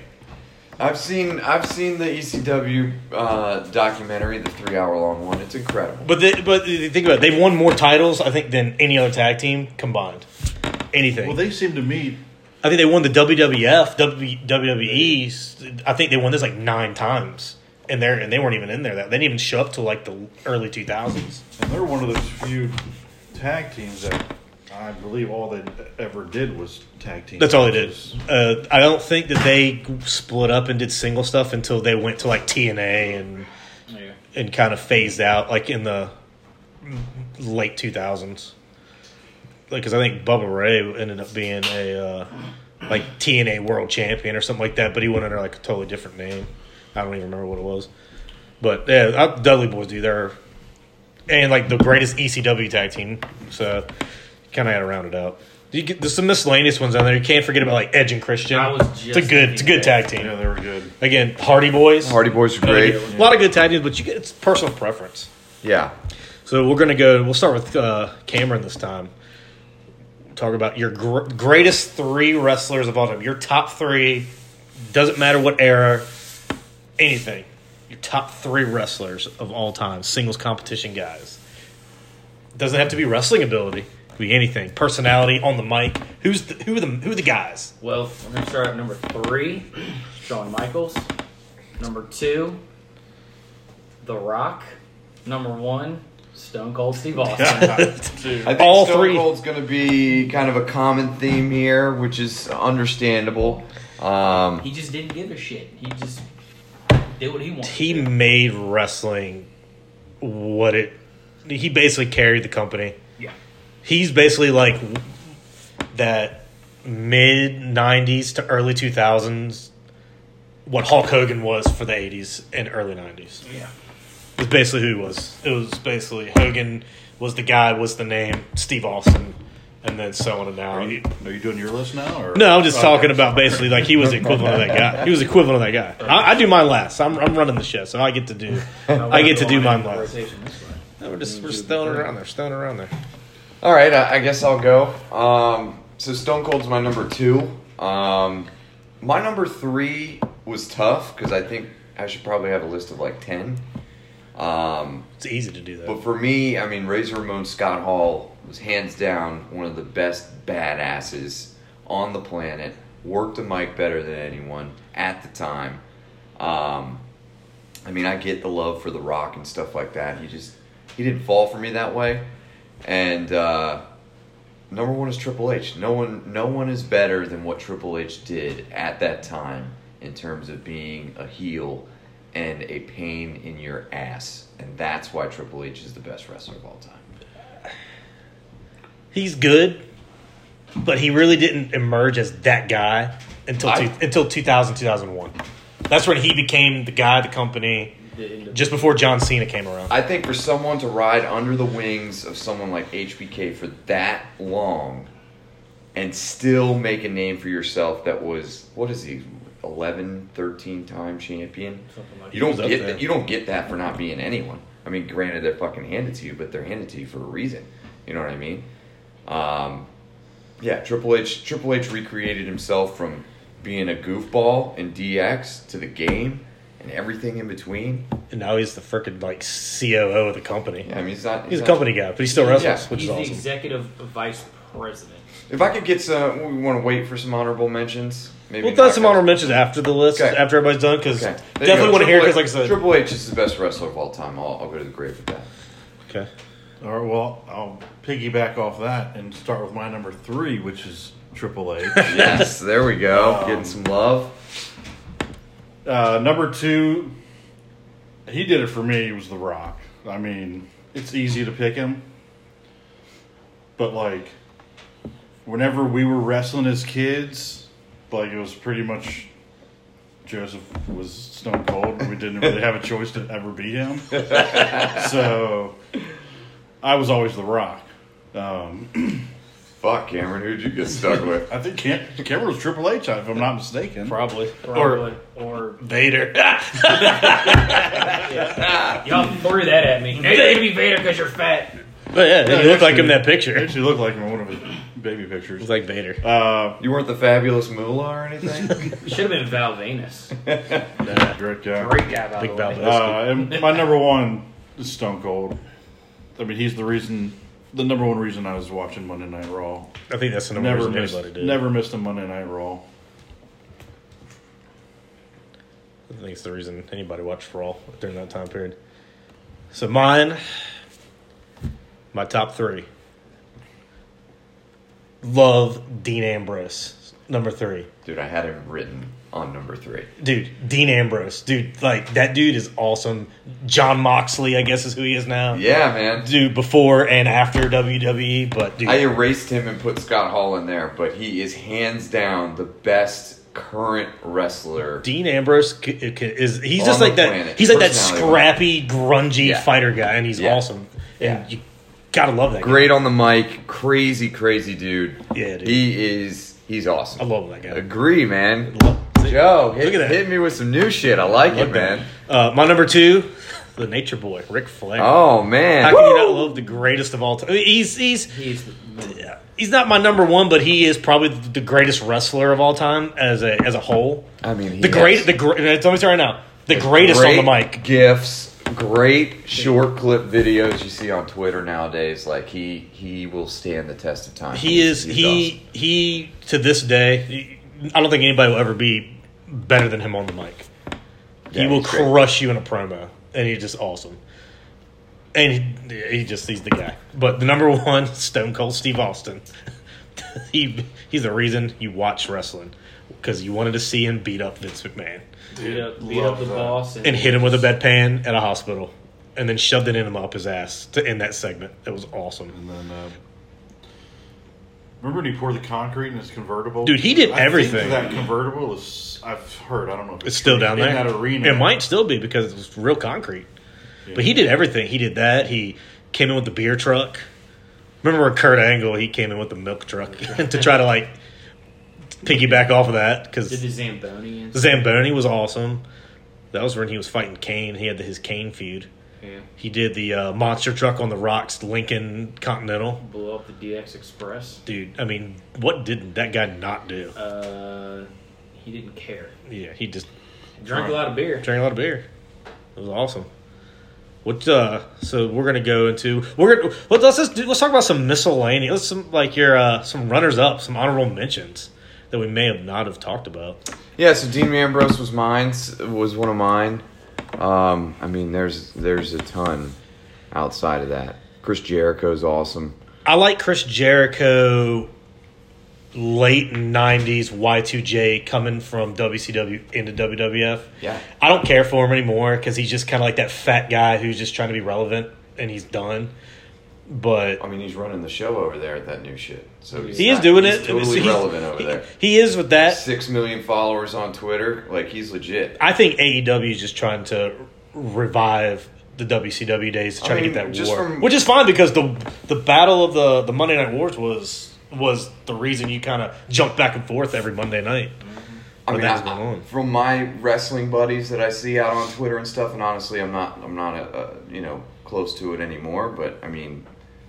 [SPEAKER 4] I've seen I've seen the ECW uh, documentary, the three hour long one. It's incredible.
[SPEAKER 1] But the, but the- think about it. They've won more titles, I think, than any other tag team combined. Anything.
[SPEAKER 2] Well, they seem to meet.
[SPEAKER 1] I think they won the WWF, W- WWE. I think they won this like nine times, and they and they weren't even in there. That they didn't even show up till like the early two thousands.
[SPEAKER 2] And they're one of those few tag teams that I believe all they ever did was tag team.
[SPEAKER 1] That's all they did.
[SPEAKER 2] matches.
[SPEAKER 1] Uh, I don't think that they split up and did single stuff until they went to like TNA and
[SPEAKER 3] Yeah.
[SPEAKER 1] and kind of phased out like in the late two thousands. Like, because I think Bubba Ray ended up being a uh, like TNA World Champion or something like that, but he went under like a totally different name. I don't even remember what it was. But yeah, I, Dudley Boys do they're and like the greatest ECW tag team. So kind of had to round it out. You get, there's some miscellaneous ones on there. You can't forget about like Edge and Christian.
[SPEAKER 3] I was
[SPEAKER 1] it's a
[SPEAKER 3] just
[SPEAKER 1] good, it's a good
[SPEAKER 3] thinking that.
[SPEAKER 1] tag team.
[SPEAKER 2] Yeah, they were good.
[SPEAKER 1] Again, Hardy Boys.
[SPEAKER 4] Hardy Boys are great.
[SPEAKER 1] A lot of good tag teams, but you get it's personal preference.
[SPEAKER 4] Yeah.
[SPEAKER 1] So we're gonna go. We'll start with uh, Cameron this time. Talk about your gr- greatest three wrestlers of all time. Your top three doesn't matter what era, anything. Your top three wrestlers of all time, singles competition guys. Doesn't have to be wrestling ability. Could be anything. Personality on the mic. Who's the, who are the who are the guys?
[SPEAKER 3] Well, we're gonna start at number three, Shawn Michaels. Number two, The Rock. Number one, Stone Cold Steve Austin.
[SPEAKER 4] I think
[SPEAKER 1] All
[SPEAKER 4] Stone
[SPEAKER 1] three.
[SPEAKER 4] Cold's going to be kind of a common theme here, which is understandable. Um,
[SPEAKER 3] he just didn't give a shit. He just did what he wanted.
[SPEAKER 1] he
[SPEAKER 3] to do.
[SPEAKER 1] made wrestling what it. He basically carried the company.
[SPEAKER 3] yeah.
[SPEAKER 1] he's basically like that mid 90s to early 2000s what Hulk Hogan was for the 80s and early 90s.
[SPEAKER 3] Yeah.
[SPEAKER 1] It's basically who he was. It was basically Hogan was the guy, was the name, Steve Austin, and then so on and
[SPEAKER 2] Are
[SPEAKER 1] down.
[SPEAKER 2] you, are you doing your list now? Or?
[SPEAKER 1] No, I'm just
[SPEAKER 2] Okay.
[SPEAKER 1] talking about basically like he was the equivalent of that guy. He was the equivalent of that guy. I, I do mine last. I'm, I'm running the show, so I get to do. I get to do mine last. No, we're just we're just throwing it around there, just throwing it around there.
[SPEAKER 4] all right, I, I guess I'll go. Um, so Stone Cold's my number two. Um, my number three was tough because I think I should probably have a list of like 10. Um,
[SPEAKER 1] It's easy to do that.
[SPEAKER 4] But for me, I mean, Razor Ramon Scott Hall was hands down one of the best badasses on the planet. Worked the mic better than anyone at the time. Um, I mean, I get the love for The Rock and stuff like that. He just he didn't fall for me that way. And uh, number one is Triple H. No one no one is better than what Triple H did at that time in terms of being a heel and a pain in your ass. And that's why Triple H is the best wrestler of all time.
[SPEAKER 1] he's good, but he really didn't emerge as that guy until
[SPEAKER 4] I-
[SPEAKER 1] two, until 2000, 2001. That's when he became the guy of the company just before John Cena came around.
[SPEAKER 4] I think for someone to ride under the wings of someone like HBK for that long and still make a name for yourself that was what is he 11 13 time champion
[SPEAKER 3] Something like
[SPEAKER 1] that.
[SPEAKER 4] you don't
[SPEAKER 1] He was up
[SPEAKER 4] get
[SPEAKER 1] there.
[SPEAKER 4] that you don't get that for not being anyone i mean granted they're fucking handed to you but they're handed to you for a reason you know what i mean um, yeah triple h triple h recreated himself from being a goofball in dx to the game and everything in between
[SPEAKER 1] And now he's the freaking like COO of the company.
[SPEAKER 4] yeah, i mean he's not
[SPEAKER 1] He's a company guy, but he still wrestles,
[SPEAKER 4] Yeah.
[SPEAKER 1] which
[SPEAKER 3] He's
[SPEAKER 1] is
[SPEAKER 3] the
[SPEAKER 1] awesome.
[SPEAKER 3] executive vice president.
[SPEAKER 4] If I could get some, we want to wait for some honorable mentions. Maybe
[SPEAKER 1] We'll throw
[SPEAKER 4] not
[SPEAKER 1] some
[SPEAKER 4] gonna-
[SPEAKER 1] honorable mentions after the list,
[SPEAKER 4] Okay.
[SPEAKER 1] after everybody's done, because
[SPEAKER 4] Okay. There you
[SPEAKER 1] definitely
[SPEAKER 4] go.
[SPEAKER 1] want to hear because,
[SPEAKER 4] Triple
[SPEAKER 1] like I
[SPEAKER 4] H-
[SPEAKER 1] said,
[SPEAKER 4] Triple H is the best wrestler of all time. I'll, I'll go to the grave with that.
[SPEAKER 1] okay.
[SPEAKER 2] All right, well, I'll piggyback off that and start with my number three, which is Triple H.
[SPEAKER 4] Yes, there we go.
[SPEAKER 2] Um,
[SPEAKER 4] Getting some love.
[SPEAKER 2] Uh, number two, he did it for me. Was The Rock. I mean, it's easy to pick him, but like, whenever we were wrestling as kids, Like it was pretty much Joseph was stone cold, and we didn't really have a choice to ever be him. so I was always the Rock. Um,
[SPEAKER 4] Fuck, Cameron, who'd you get stuck with?
[SPEAKER 2] I think Cam- Cameron was Triple H, if I'm not mistaken.
[SPEAKER 1] Probably.
[SPEAKER 3] Probably.
[SPEAKER 1] Or
[SPEAKER 3] Or,
[SPEAKER 1] Vader.
[SPEAKER 3] y'all threw that at me. Now you're gonna be Vader because you're fat.
[SPEAKER 1] But yeah,
[SPEAKER 2] Yeah,
[SPEAKER 1] he looked like him in that
[SPEAKER 2] He
[SPEAKER 1] picture. It
[SPEAKER 2] actually looked like him in one of his baby pictures.
[SPEAKER 1] was like Vader.
[SPEAKER 2] Uh,
[SPEAKER 4] You weren't the fabulous moolah or anything?
[SPEAKER 3] Should have been Val Venus.
[SPEAKER 2] great guy.
[SPEAKER 3] Great guy, by
[SPEAKER 1] Big
[SPEAKER 3] the
[SPEAKER 1] Val
[SPEAKER 3] way.
[SPEAKER 2] Uh, and my number one is Stone Cold. I mean, he's the reason, the number one reason I was watching Monday Night Raw.
[SPEAKER 1] I think that's the number
[SPEAKER 2] Never
[SPEAKER 1] reason
[SPEAKER 2] missed,
[SPEAKER 1] anybody did.
[SPEAKER 2] never missed a Monday Night Raw.
[SPEAKER 1] I think it's the reason anybody watched Raw during that time period. So mine, my top three. Love Dean Ambrose, number three.
[SPEAKER 4] Dude, I had him written on number three.
[SPEAKER 1] Dude, Dean Ambrose. Dude, like, that dude is awesome. John Moxley, I guess, is who he is now.
[SPEAKER 4] Yeah, man.
[SPEAKER 1] Dude, before and after WWE, but dude.
[SPEAKER 4] I erased him and put Scott Hall in there, but he is hands down the best current wrestler.
[SPEAKER 1] Dean Ambrose c- c- is he's
[SPEAKER 4] On
[SPEAKER 1] just
[SPEAKER 4] the
[SPEAKER 1] like that.
[SPEAKER 4] planet,
[SPEAKER 1] He's like that
[SPEAKER 4] personality-wise.
[SPEAKER 1] scrappy, grungy
[SPEAKER 4] Yeah.
[SPEAKER 1] fighter guy, and he's
[SPEAKER 4] Yeah.
[SPEAKER 1] awesome. And
[SPEAKER 4] Yeah.
[SPEAKER 1] you gotta love that.
[SPEAKER 4] Great on the mic, crazy, crazy dude.
[SPEAKER 1] Yeah, dude.
[SPEAKER 4] He is. He's awesome.
[SPEAKER 1] guy. I love that guy.
[SPEAKER 4] Agree, man.
[SPEAKER 1] Love-
[SPEAKER 4] Joe, hit,
[SPEAKER 1] Look at that.
[SPEAKER 4] hit me with some new shit. I like it, man.
[SPEAKER 1] Uh, my number two, the Nature Boy, Rick Flair.
[SPEAKER 4] Oh man.
[SPEAKER 1] How can you not love the greatest of all time? He's he's
[SPEAKER 3] He's
[SPEAKER 1] he's not my number one, but he is probably the greatest wrestler of all time as a as a whole.
[SPEAKER 4] I mean, he
[SPEAKER 1] The great,
[SPEAKER 4] has
[SPEAKER 1] the great. Let me right now. The greatest on the
[SPEAKER 4] great
[SPEAKER 1] mic.
[SPEAKER 4] Gifts, great short clip videos you see on Twitter nowadays. Like he he will stand the test of time.
[SPEAKER 1] He is
[SPEAKER 4] He's
[SPEAKER 1] he he to this day. he- I don't think anybody will ever be better than him on the mic.
[SPEAKER 4] awesome.
[SPEAKER 1] he
[SPEAKER 4] Yeah,
[SPEAKER 1] will
[SPEAKER 4] he's great.
[SPEAKER 1] crush you in a promo, and he's just awesome. And he, he just he's the guy. But the number one, Stone Cold Steve Austin. he he's the reason you watch wrestling because you wanted to see him beat up Vince McMahon
[SPEAKER 3] beat up, beat up the boss and,
[SPEAKER 1] and hit him with a bedpan at a hospital, and then shoved it in him up his ass to end that segment. It was awesome.
[SPEAKER 2] And then, uh, remember when he poured the concrete in his convertible?
[SPEAKER 1] Dude, he did
[SPEAKER 2] I think
[SPEAKER 1] everything.
[SPEAKER 2] that convertible is, I've heard, I don't know. If
[SPEAKER 1] It's still down
[SPEAKER 2] in
[SPEAKER 1] there.
[SPEAKER 2] that arena.
[SPEAKER 1] It might still be because it was real concrete. But he did everything. He did that. He came in with the beer truck. Remember when Kurt Angle? He came in with the milk truck to try to like piggyback off of that
[SPEAKER 3] did
[SPEAKER 1] because
[SPEAKER 3] the Zamboni and
[SPEAKER 1] Zamboni was awesome. That was when he was fighting Kane. He had his Kane feud.
[SPEAKER 3] yeah,
[SPEAKER 1] He did the uh, monster truck on the rocks, Lincoln Continental.
[SPEAKER 3] blew up the DX Express.
[SPEAKER 1] Dude, I mean, what did that guy not do?
[SPEAKER 3] Uh, he didn't care.
[SPEAKER 1] Yeah, he just
[SPEAKER 3] Drank a lot of beer.
[SPEAKER 1] drank a lot of beer. It was awesome. What? Uh, so we're gonna go into we're gonna let- let's just do, let's talk about some miscellaneous. Let's some like your uh, some runners up, some honorable mentions that we may have not have talked about.
[SPEAKER 4] Yeah, so Dean Ambrose was mine. Was one of mine. Um, I mean, there's there's a ton outside of that. Chris Jericho's awesome.
[SPEAKER 1] I like Chris Jericho late 90s Y2J coming from WCW into WWF.
[SPEAKER 4] Yeah.
[SPEAKER 1] I don't care for him anymore because he's just kind of like that fat guy who's just trying to be relevant and he's done. But
[SPEAKER 4] I mean, he's running the show over there at that new shit. So he's
[SPEAKER 1] he is
[SPEAKER 4] not-
[SPEAKER 1] doing
[SPEAKER 4] he's
[SPEAKER 1] it.
[SPEAKER 4] Totally
[SPEAKER 1] He's-
[SPEAKER 4] relevant over
[SPEAKER 1] he-
[SPEAKER 4] there.
[SPEAKER 1] He is with that.
[SPEAKER 4] Six million followers on Twitter. Like he's legit.
[SPEAKER 1] I think AEW is just trying to revive the WCW days to try
[SPEAKER 4] mean,
[SPEAKER 1] to get that
[SPEAKER 4] just
[SPEAKER 1] war,
[SPEAKER 4] from-
[SPEAKER 1] which is fine because the the battle of the the Monday Night Wars was was the reason you kind of jumped back and forth every Monday night.
[SPEAKER 4] I
[SPEAKER 1] when
[SPEAKER 4] mean,
[SPEAKER 1] that was
[SPEAKER 4] I-
[SPEAKER 1] going on.
[SPEAKER 4] from my wrestling buddies that I see out on Twitter and stuff, and honestly, I'm not, I'm not, uh uh you know, close to it anymore. But I mean,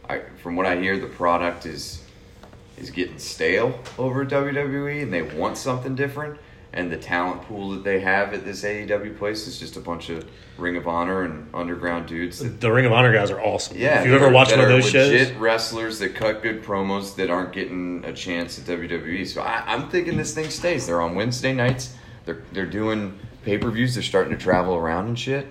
[SPEAKER 4] I, from what I hear, the product is is getting stale over at WWE, and they want something different. And the talent pool that they have at this AEW place is just a bunch of Ring of Honor and underground dudes that
[SPEAKER 1] The Ring of Honor guys are awesome.
[SPEAKER 4] yeah,
[SPEAKER 1] if you ever
[SPEAKER 4] that are-
[SPEAKER 1] watched
[SPEAKER 4] that
[SPEAKER 1] one of
[SPEAKER 4] are
[SPEAKER 1] those shows,
[SPEAKER 4] legit wrestlers that cut good promos that aren't getting a chance at WWE. So I, I'm thinking this thing stays. They're on Wednesday nights. They're they're doing pay per views. They're starting to travel around and shit.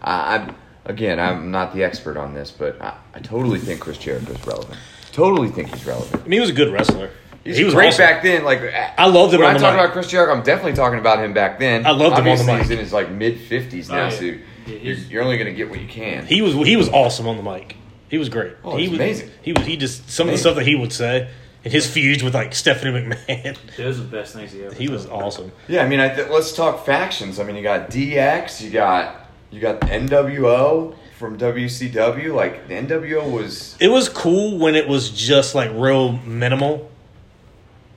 [SPEAKER 4] I, I'm again, I'm not the expert on this, but I, I totally think Chris Jericho's relevant. Totally think he's
[SPEAKER 1] I
[SPEAKER 4] relevant.
[SPEAKER 1] mean, he was a good wrestler.
[SPEAKER 4] He's
[SPEAKER 1] he was
[SPEAKER 4] great
[SPEAKER 1] awesome.
[SPEAKER 4] back then. Like I
[SPEAKER 1] loved him
[SPEAKER 4] When
[SPEAKER 1] on
[SPEAKER 4] I
[SPEAKER 1] the
[SPEAKER 4] talk
[SPEAKER 1] mic.
[SPEAKER 4] about Chris Jericho, I'm definitely talking about him back then.
[SPEAKER 1] I loved him on the
[SPEAKER 4] Obviously,
[SPEAKER 1] mic.
[SPEAKER 4] He's in his like mid 50s now,
[SPEAKER 3] Oh, yeah.
[SPEAKER 4] so
[SPEAKER 3] Yeah,
[SPEAKER 4] you're,
[SPEAKER 3] he's-
[SPEAKER 4] you're only going to get what you can.
[SPEAKER 1] He was he was awesome on the mic. He was great.
[SPEAKER 4] Oh,
[SPEAKER 1] he
[SPEAKER 4] he's
[SPEAKER 1] was
[SPEAKER 4] amazing.
[SPEAKER 1] He was he just some of the
[SPEAKER 4] Amazing.
[SPEAKER 1] stuff that he would say and his feud with like Stephanie McMahon.
[SPEAKER 3] Those are the best things he ever.
[SPEAKER 1] he was awesome.
[SPEAKER 4] Yeah, I mean, I th- let's talk factions. I mean, you got DX, you got you got NWO from WCW. Like the NWO was
[SPEAKER 1] It was cool when it was just like real minimal.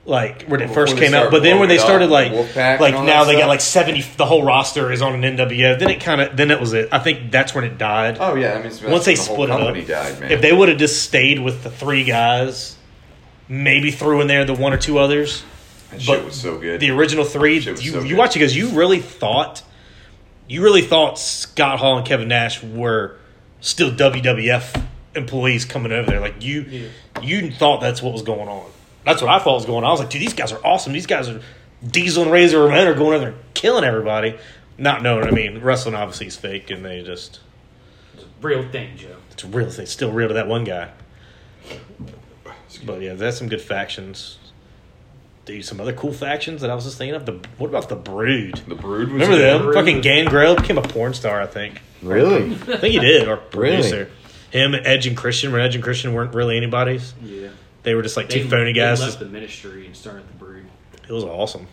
[SPEAKER 1] Like when it
[SPEAKER 4] Before
[SPEAKER 1] first
[SPEAKER 4] they
[SPEAKER 1] came out,
[SPEAKER 4] started
[SPEAKER 1] but then when
[SPEAKER 4] blowing
[SPEAKER 1] they
[SPEAKER 4] it up,
[SPEAKER 1] started like
[SPEAKER 4] Wolfpack and
[SPEAKER 1] like
[SPEAKER 4] all
[SPEAKER 1] now they
[SPEAKER 4] that
[SPEAKER 1] got
[SPEAKER 4] stuff.
[SPEAKER 1] like seventy. The whole roster is on an NWO. Then it kind of then it was it. I think that's when it died.
[SPEAKER 4] oh yeah. I mean, it's,
[SPEAKER 1] Once they
[SPEAKER 4] the whole
[SPEAKER 1] split it
[SPEAKER 4] company
[SPEAKER 1] up,
[SPEAKER 4] died, man.
[SPEAKER 1] If they would have just stayed with the three guys, maybe threw in there the one or two others.
[SPEAKER 4] that shit
[SPEAKER 1] but
[SPEAKER 4] was so good.
[SPEAKER 1] The original three,
[SPEAKER 4] Shit
[SPEAKER 1] you,
[SPEAKER 4] was so
[SPEAKER 1] you
[SPEAKER 4] good.
[SPEAKER 1] watch it because you really thought, you really thought Scott Hall and Kevin Nash were still WWF employees coming over there. Like you, you thought that's what was going on. That's what I thought was going on. I was like, dude, these guys are awesome. These guys are Diesel and Razor Ramon are going over there and killing everybody. Not knowing, I mean, wrestling obviously is fake, and they just
[SPEAKER 3] Real thing, Joe.
[SPEAKER 1] it's real. It's still real to that one guy. But yeah, that's some good factions. Dude, some other cool factions that I was just thinking of. The what about the Brood?
[SPEAKER 4] the Brood was
[SPEAKER 1] Remember
[SPEAKER 4] good.
[SPEAKER 1] them? Fucking Gangrel became a porn star, I think.
[SPEAKER 5] Really?
[SPEAKER 1] I think he did, or
[SPEAKER 5] Really?
[SPEAKER 1] producer. Him, Edge, and Christian. When Edge and Christian weren't really anybody's,
[SPEAKER 3] Yeah.
[SPEAKER 1] they were just like
[SPEAKER 3] They,
[SPEAKER 1] two phony
[SPEAKER 3] they
[SPEAKER 1] guys.
[SPEAKER 3] left
[SPEAKER 1] Just-
[SPEAKER 3] the ministry and started the brood.
[SPEAKER 1] it was awesome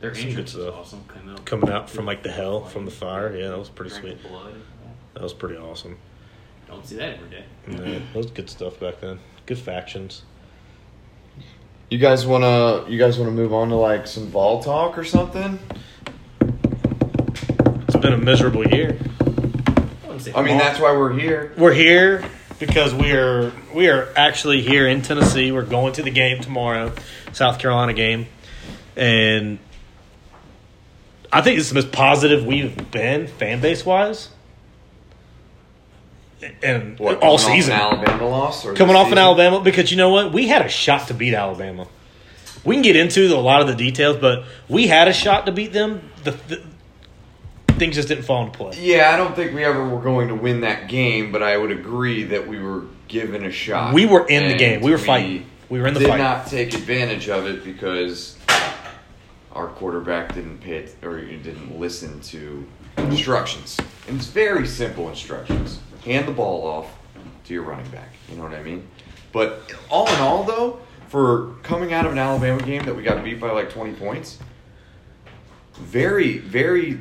[SPEAKER 3] Their
[SPEAKER 1] Some
[SPEAKER 3] entrance
[SPEAKER 1] good
[SPEAKER 3] was
[SPEAKER 1] stuff.
[SPEAKER 3] awesome. Came out
[SPEAKER 1] coming out from like the hell from the fire. Yeah, that was pretty
[SPEAKER 3] Drank
[SPEAKER 1] sweet.
[SPEAKER 3] the Blood.
[SPEAKER 1] That was pretty awesome.
[SPEAKER 3] Don't see that every day.
[SPEAKER 1] Yeah, that was good stuff back then. Good factions.
[SPEAKER 4] You guys wanna you guys wanna move on to like some Vol talk or something?
[SPEAKER 1] It's been a miserable year.
[SPEAKER 3] I wouldn't say
[SPEAKER 4] I mean,
[SPEAKER 3] all-
[SPEAKER 4] that's why we're here.
[SPEAKER 1] We're here because we are we are actually here in Tennessee. We're going to the game tomorrow, South Carolina game, and I think it's the most positive we've been fan base wise, and
[SPEAKER 4] What,
[SPEAKER 1] all
[SPEAKER 4] coming off an
[SPEAKER 1] season
[SPEAKER 4] Alabama loss or
[SPEAKER 1] coming
[SPEAKER 4] this
[SPEAKER 1] off in
[SPEAKER 4] season?
[SPEAKER 1] Alabama because you know what? We had a shot to beat Alabama. We can get into the- a lot of the details, but we had a shot to beat them. The, the things just didn't fall into play.
[SPEAKER 4] Yeah, I don't think we ever were going to win that game, but I would agree that we were given a shot.
[SPEAKER 1] We were in the
[SPEAKER 4] And
[SPEAKER 1] game. We were fighting. We were in the
[SPEAKER 4] did
[SPEAKER 1] fight.
[SPEAKER 4] not take advantage of it because our quarterback didn't pay it, or he didn't listen to instructions. And it's very simple instructions. Hand the ball off to your running back. You know what I mean? But all in all, though, for coming out of an Alabama game that we got beat by like 20 points, very, very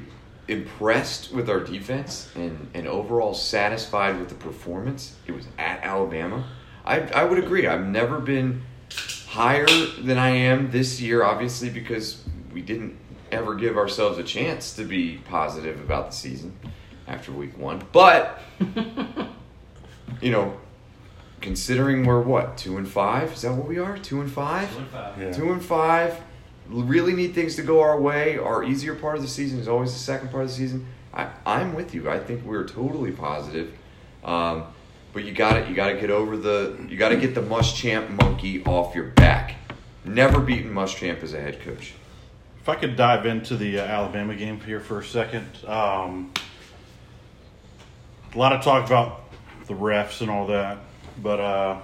[SPEAKER 4] impressed with our defense and, and overall satisfied with the performance. It was at Alabama. I, I would agree. I've never been higher than I am this year, obviously, because we didn't ever give ourselves a chance to be positive about the season after week one. But, you know, considering we're what, two and five? Is that what we are? Two and five? Two and five. Really need things to go our way. Our easier part of the season is always the second part of the season. I, I'm with you. I think we're totally positive. Um, but you got to You got to get over the. You got to get the Muschamp monkey off your back. Never beaten Muschamp as a head coach.
[SPEAKER 2] If I could dive into the uh, Alabama game here for a second, um, a lot of talk about the refs and all that, but uh,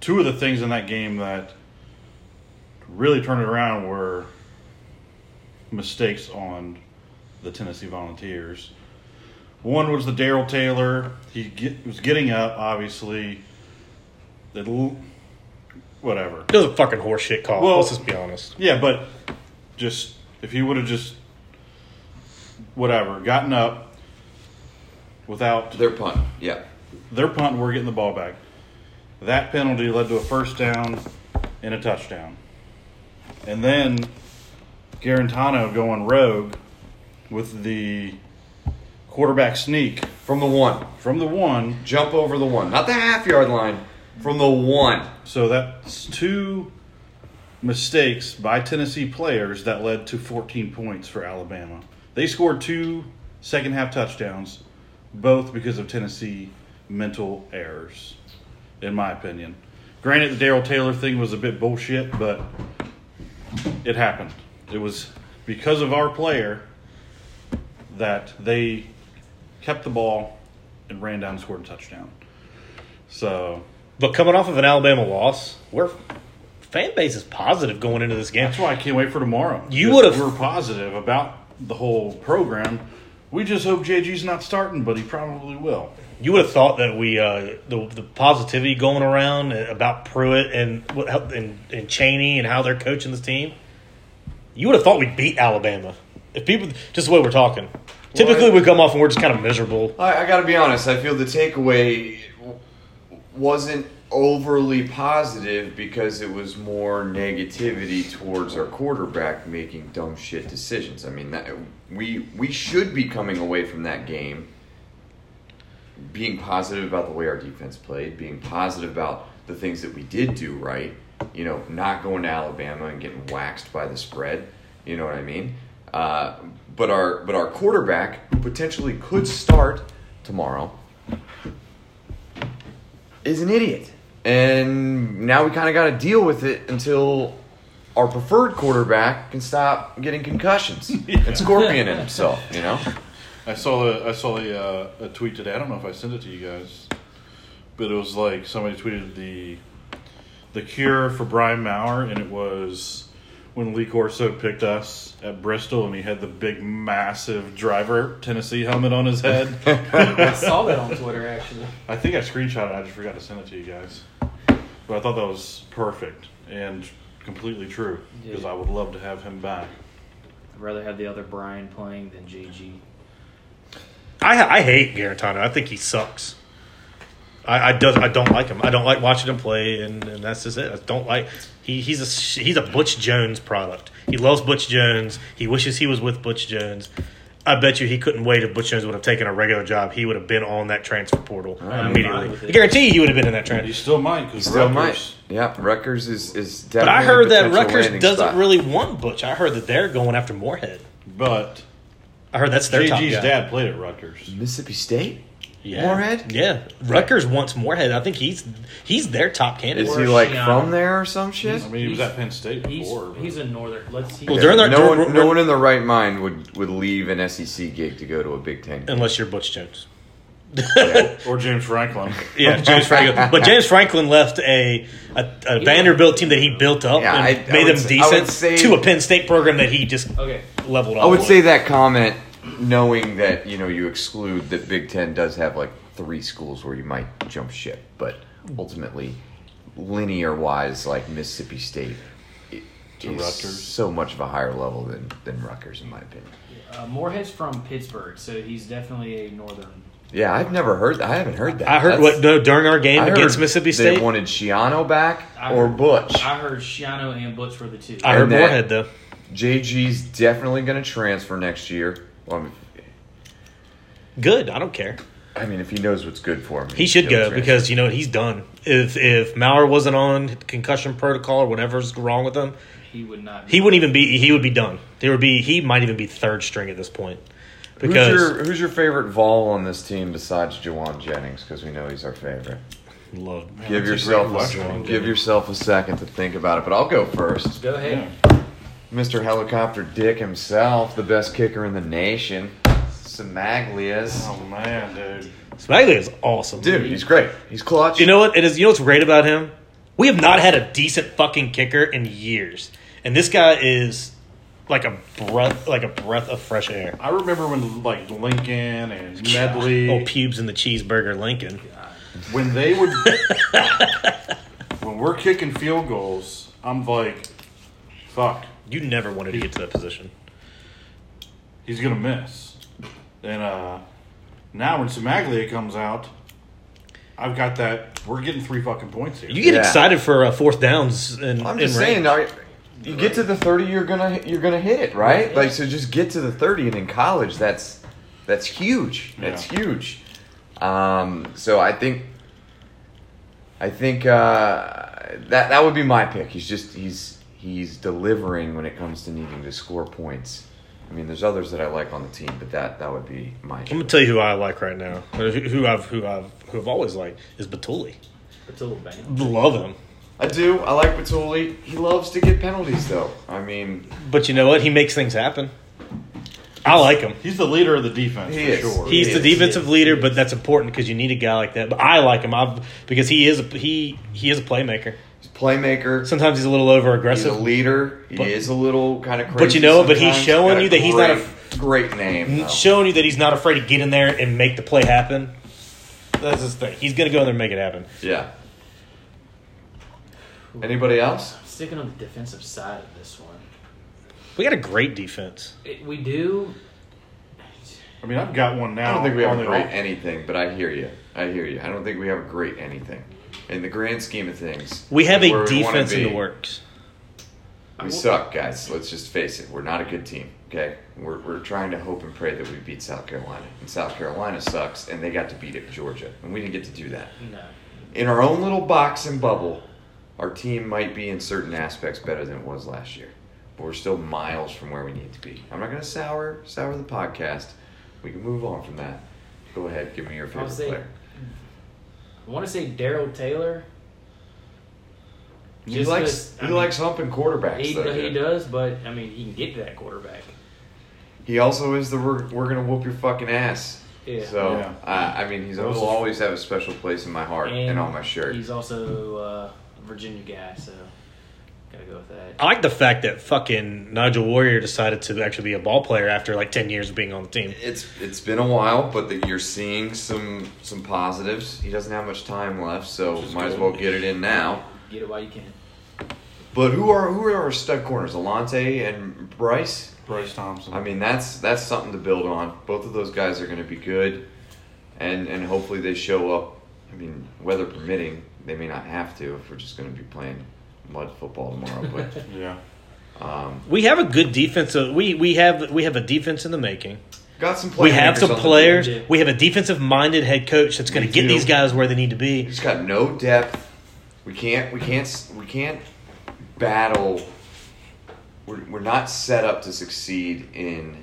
[SPEAKER 2] two of the things in that game that really turned it around were mistakes on the Tennessee Volunteers. One was the Daryl Taylor. He get, was getting up, obviously. That l- whatever.
[SPEAKER 1] It was a fucking horseshit call.
[SPEAKER 2] Well-
[SPEAKER 1] Let's just be honest.
[SPEAKER 2] Yeah, but just if he would have just whatever gotten up without
[SPEAKER 4] Their punt. Yeah.
[SPEAKER 2] their punt, we're getting the ball back. That penalty led to a first down and a touchdown, and then Garantano going rogue with the quarterback sneak
[SPEAKER 4] From the one.
[SPEAKER 2] from the one.
[SPEAKER 4] Jump over the one. Not the half yard line. From the one.
[SPEAKER 2] So that's two mistakes by Tennessee players that led to 14 points for Alabama. They scored two second half touchdowns, both because of Tennessee mental errors, in my opinion. Granted, the Daryl Taylor thing was a bit bullshit, but it happened. It was because of our player that they kept the ball and ran down and scored a touchdown. So
[SPEAKER 1] But coming off of an Alabama loss, we're fan base is positive going into this game.
[SPEAKER 2] That's why I can't wait for tomorrow.
[SPEAKER 1] You
[SPEAKER 2] Because
[SPEAKER 1] would've-
[SPEAKER 2] we We're positive about the whole program. We just hope JG's not starting, but he probably will.
[SPEAKER 1] You would have thought that we uh, the the positivity going around about Pruitt and what- how- and and Cheney and how they're coaching this team. You would have thought we'd beat Alabama if people just the way we're talking. Typically, we come off and we're just kind of miserable.
[SPEAKER 4] I, I got to be honest. I feel the takeaway w- wasn't overly positive because it was more negativity towards our quarterback making dumb shit decisions. I mean, that, we we should be coming away from that game being positive about the way our defense played, being positive about the things that we did do right. You know, not going to Alabama and getting waxed by the spread. You know what I mean? Uh, but our but our quarterback, who potentially could start tomorrow, is an idiot. And now we kind of got to deal with it until our preferred quarterback can stop getting concussions and scorpioning himself. You know.
[SPEAKER 2] I saw a, I saw a, uh, a tweet today. I don't know if I sent it to you guys, but it was like somebody tweeted the the cure for Brian Maurer, and it was when Lee Corso picked us at Bristol, and he had the big, massive driver Tennessee helmet on his head.
[SPEAKER 3] I saw that on Twitter actually.
[SPEAKER 2] I think I screenshot it. I just forgot to send it to you guys. But I thought that was perfect and completely true because
[SPEAKER 3] Yeah.
[SPEAKER 2] I would love to have him back.
[SPEAKER 3] I'd rather have the other Brian playing than JG.
[SPEAKER 1] I I hate Garantano. I think he sucks. I I, does, I don't like him. I don't like watching him play, and, and that's just it. I don't like he, he's a sh- he's a Butch Jones product. He loves Butch Jones. He wishes he was with Butch Jones. I bet you he couldn't wait if Butch Jones would have taken a regular job. He would have been on that transfer portal
[SPEAKER 4] I'm
[SPEAKER 1] immediately.
[SPEAKER 3] fine with it.
[SPEAKER 1] I guarantee you he would have been in that
[SPEAKER 2] And he
[SPEAKER 1] transfer.
[SPEAKER 2] still might because
[SPEAKER 4] Still
[SPEAKER 2] Rutgers.
[SPEAKER 4] might. Yeah, Rutgers is is definitely.
[SPEAKER 1] But I heard
[SPEAKER 4] a
[SPEAKER 1] that
[SPEAKER 4] potential
[SPEAKER 1] Rutgers
[SPEAKER 4] landing
[SPEAKER 1] doesn't
[SPEAKER 4] spot.
[SPEAKER 1] really want Butch. I heard that they're going after Moorhead.
[SPEAKER 2] But
[SPEAKER 1] I heard that's their top
[SPEAKER 2] JG's
[SPEAKER 1] guy.
[SPEAKER 2] dad played at Rutgers.
[SPEAKER 4] Mississippi State.
[SPEAKER 1] Yeah.
[SPEAKER 4] Moorhead?
[SPEAKER 1] Yeah, Rutgers wants Moorhead. I think he's he's their top candidate.
[SPEAKER 4] Is
[SPEAKER 3] Or
[SPEAKER 4] he like
[SPEAKER 3] Shiano.
[SPEAKER 4] from there or some shit?
[SPEAKER 2] I mean, he was at Penn State
[SPEAKER 3] He's
[SPEAKER 2] before. but-
[SPEAKER 3] he's a northern. Let's see.
[SPEAKER 1] Well, during that-
[SPEAKER 4] no one,
[SPEAKER 1] during-
[SPEAKER 4] no one in the right mind would, would leave an SEC gig to go to a Big Ten. game.
[SPEAKER 1] unless you're Butch Jones.
[SPEAKER 4] Yeah.
[SPEAKER 2] or James Franklin.
[SPEAKER 1] Yeah, James Franklin. But James Franklin left a, a, a Vanderbilt team that he built up
[SPEAKER 4] Yeah,
[SPEAKER 1] and
[SPEAKER 4] I- I
[SPEAKER 1] made them
[SPEAKER 4] would say- I would
[SPEAKER 1] decent
[SPEAKER 4] say-
[SPEAKER 1] to a Penn State program that he just
[SPEAKER 3] okay.
[SPEAKER 1] leveled off.
[SPEAKER 4] I would
[SPEAKER 1] with.
[SPEAKER 4] say that comment, knowing that you know you exclude that Big Ten does have like three schools where you might jump ship, but ultimately, linear wise, like Mississippi State. i-
[SPEAKER 2] To
[SPEAKER 4] is
[SPEAKER 2] Rutgers.
[SPEAKER 4] so much of a higher level than, than Rutgers, in my opinion.
[SPEAKER 3] Uh, Moorhead's from Pittsburgh, so he's definitely a northern.
[SPEAKER 4] Yeah, I've never heard that. I haven't heard that.
[SPEAKER 1] I heard
[SPEAKER 4] That's-
[SPEAKER 1] what no, during our game
[SPEAKER 4] I
[SPEAKER 1] against
[SPEAKER 4] heard
[SPEAKER 1] Mississippi State.
[SPEAKER 4] They wanted Shiano back
[SPEAKER 3] I
[SPEAKER 4] or
[SPEAKER 3] heard-
[SPEAKER 4] Butch.
[SPEAKER 3] I heard Shiano and Butch were the two.
[SPEAKER 1] I heard
[SPEAKER 4] and that-
[SPEAKER 1] Moorhead though.
[SPEAKER 4] JG's definitely going to transfer next year. Well, I mean,
[SPEAKER 1] Good. I don't care.
[SPEAKER 4] I mean, if he knows what's good for him,
[SPEAKER 1] He should
[SPEAKER 4] he'll
[SPEAKER 1] go
[SPEAKER 4] transfer.
[SPEAKER 1] because you know what he's done. If if Maurer wasn't on concussion protocol or whatever's wrong with him,
[SPEAKER 3] he would not. Be
[SPEAKER 1] he wouldn't even be. He would be done. There would be. He might even be third string at this point.
[SPEAKER 4] Who's
[SPEAKER 1] Because
[SPEAKER 4] your, who's your favorite Vol on this team besides Jawan Jennings? Because we know he's our favorite.
[SPEAKER 1] love
[SPEAKER 2] that's
[SPEAKER 4] give
[SPEAKER 2] a
[SPEAKER 4] yourself
[SPEAKER 2] great
[SPEAKER 4] a,
[SPEAKER 2] question.
[SPEAKER 4] give yourself a second to think about it. But I'll go first.
[SPEAKER 3] Go ahead.
[SPEAKER 2] Yeah.
[SPEAKER 4] Mr. Helicopter Dick himself, the best kicker in the nation, Samaglias.
[SPEAKER 2] Oh man, dude.
[SPEAKER 1] Smiley is awesome,
[SPEAKER 4] Dude, he's great. He's clutch.
[SPEAKER 1] You know what? It is. You know what's great about him? We have not had a decent fucking kicker in years, and this guy is like a breath, like a breath of fresh air.
[SPEAKER 2] I remember when like Lincoln and Medley,
[SPEAKER 1] Oh, pubes in the cheeseburger, Lincoln.
[SPEAKER 2] when they would when we're kicking field goals, I'm like, fuck,
[SPEAKER 1] You never wanted to get to that position.
[SPEAKER 2] he's gonna miss. And uh now when Samaglia comes out, I've got that we're getting three fucking points here.
[SPEAKER 1] You get
[SPEAKER 4] Yeah.
[SPEAKER 1] excited for uh, fourth downs and
[SPEAKER 4] I'm just saying, now, you get to the thirty, you're gonna you're gonna hit it, right? Like so, just get to the thirty, and in college, that's that's huge. That's
[SPEAKER 2] Yeah.
[SPEAKER 4] huge. Um, so I think I think uh, that that would be my pick. He's just he's he's delivering when it comes to needing to score points. I mean, there's others that I like on the team, but that that would be my.
[SPEAKER 1] I'm gonna tell you who I like right now, or who who I've who I've who I've always liked is Batuli.
[SPEAKER 3] It's a little bang.
[SPEAKER 1] Love him,
[SPEAKER 4] I do. I like Batuli. He loves to get penalties, though. I mean,
[SPEAKER 1] but you know what? He makes things happen. I like him.
[SPEAKER 2] He's the leader of the defense
[SPEAKER 4] He
[SPEAKER 2] for
[SPEAKER 4] is.
[SPEAKER 2] sure.
[SPEAKER 1] He's
[SPEAKER 4] He
[SPEAKER 1] the
[SPEAKER 4] is,
[SPEAKER 1] defensive
[SPEAKER 3] he is.
[SPEAKER 1] leader, but that's important because you need a guy like that. But I like him, I've because he is a he he is a playmaker.
[SPEAKER 4] he's a playmaker.
[SPEAKER 1] Sometimes he's a little over
[SPEAKER 4] He's a
[SPEAKER 1] aggressive,
[SPEAKER 4] leader. He
[SPEAKER 1] But-
[SPEAKER 4] is a little kind of crazy.
[SPEAKER 1] but you know, what? but he's
[SPEAKER 4] sometimes.
[SPEAKER 1] showing
[SPEAKER 4] Got
[SPEAKER 1] you that he's not a
[SPEAKER 4] great- Great name. though.
[SPEAKER 1] showing you that he's not afraid to get in there and make the play happen. That's his thing. He's gonna go in there and make it happen.
[SPEAKER 4] Yeah. Anybody else?
[SPEAKER 3] Sticking on the defensive side of this one,
[SPEAKER 1] We got a great defense.
[SPEAKER 3] it, we do.
[SPEAKER 2] I mean, I've got one now.
[SPEAKER 4] I don't think we have
[SPEAKER 2] on
[SPEAKER 4] a
[SPEAKER 2] the-
[SPEAKER 4] great anything, but I hear you. I hear you. I don't think we have a great anything. In the grand scheme of things,
[SPEAKER 1] We have
[SPEAKER 4] where
[SPEAKER 1] a
[SPEAKER 4] we wanna
[SPEAKER 1] defense in
[SPEAKER 4] be,
[SPEAKER 1] the works.
[SPEAKER 4] We suck, guys. Let's just face it. We're not a good team. Okay, we're, we're trying to hope and pray that we beat South Carolina, and South Carolina sucks, and they got to beat it Georgia, and we didn't get to do that.
[SPEAKER 3] No,
[SPEAKER 4] In our own little box and bubble, our team might be in certain aspects better than it was last year, but we're still miles from where we need to be. I'm not gonna sour sour the podcast. We can move on from that. Go ahead, give me your
[SPEAKER 3] I
[SPEAKER 4] favorite
[SPEAKER 3] would say.
[SPEAKER 4] player.
[SPEAKER 3] I want to say Daryl Taylor.
[SPEAKER 4] He
[SPEAKER 3] Just
[SPEAKER 4] likes
[SPEAKER 3] 'cause,
[SPEAKER 4] he
[SPEAKER 3] I mean,
[SPEAKER 4] likes humping quarterbacks.
[SPEAKER 3] He,
[SPEAKER 4] though,
[SPEAKER 3] he
[SPEAKER 4] dude.
[SPEAKER 3] does, but I mean, he can get to that quarterback.
[SPEAKER 4] He also is the we're, we're gonna whoop your fucking ass.
[SPEAKER 3] Yeah.
[SPEAKER 4] So
[SPEAKER 2] Yeah.
[SPEAKER 4] uh, I mean, he's
[SPEAKER 2] That
[SPEAKER 4] will
[SPEAKER 2] was a-
[SPEAKER 4] always have a special place in my heart and, on my shirt.
[SPEAKER 3] He's also uh, a Virginia guy, so gotta go with that.
[SPEAKER 1] I like the fact that fucking Nigel Warrior decided to actually be a ball player after like ten years of being on the team.
[SPEAKER 4] It's it's been a while, but the, you're seeing some some positives. He doesn't have much time left, so
[SPEAKER 2] is
[SPEAKER 4] might as
[SPEAKER 2] good.
[SPEAKER 4] well get it in now.
[SPEAKER 3] Get it while you can.
[SPEAKER 4] But who are who are our stud corners? Alante and Bryce.
[SPEAKER 2] Bryce Thompson.
[SPEAKER 4] I mean, that's that's something to build on. Both of those guys are going to be good, and and hopefully they show up. I mean, weather permitting, they may not have to if we're just going to be playing mud football tomorrow.
[SPEAKER 2] yeah.
[SPEAKER 4] But um,
[SPEAKER 1] We have a good defense. uh, We we have we have a defense in the making.
[SPEAKER 4] got some. Playmakers
[SPEAKER 1] We have some
[SPEAKER 4] on the
[SPEAKER 1] players.
[SPEAKER 3] Yeah.
[SPEAKER 1] We have a defensive minded head coach that's going
[SPEAKER 2] We
[SPEAKER 1] to get
[SPEAKER 2] do.
[SPEAKER 1] these guys where they need to
[SPEAKER 4] We
[SPEAKER 1] be.
[SPEAKER 4] just got no depth. We can't. We can't. s- We can't battle. We're, we're not set up to succeed in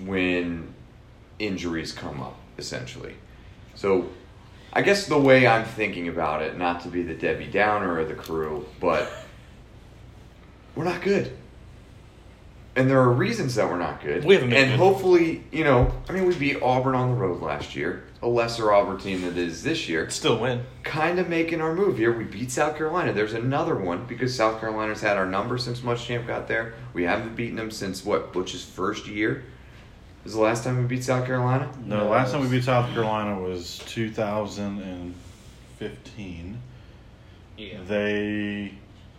[SPEAKER 4] when injuries come up, essentially. So, I guess the way I'm thinking about it, not to be the Debbie Downer of the crew, but we're not good. And there are reasons that we're not good.
[SPEAKER 1] We haven't been
[SPEAKER 4] and
[SPEAKER 1] good.
[SPEAKER 4] hopefully, you know, I mean, we beat Auburn on the road last year, a lesser Auburn team than it is this year.
[SPEAKER 1] Still win.
[SPEAKER 4] Kind of making our move here. We beat South Carolina. There's another one because South Carolina's had our number since Muschamp got there. We haven't beaten them since what Butch's first year. Is the last time we beat South Carolina?
[SPEAKER 2] No, the last time we beat South Carolina was 2015.
[SPEAKER 3] Yeah.
[SPEAKER 2] They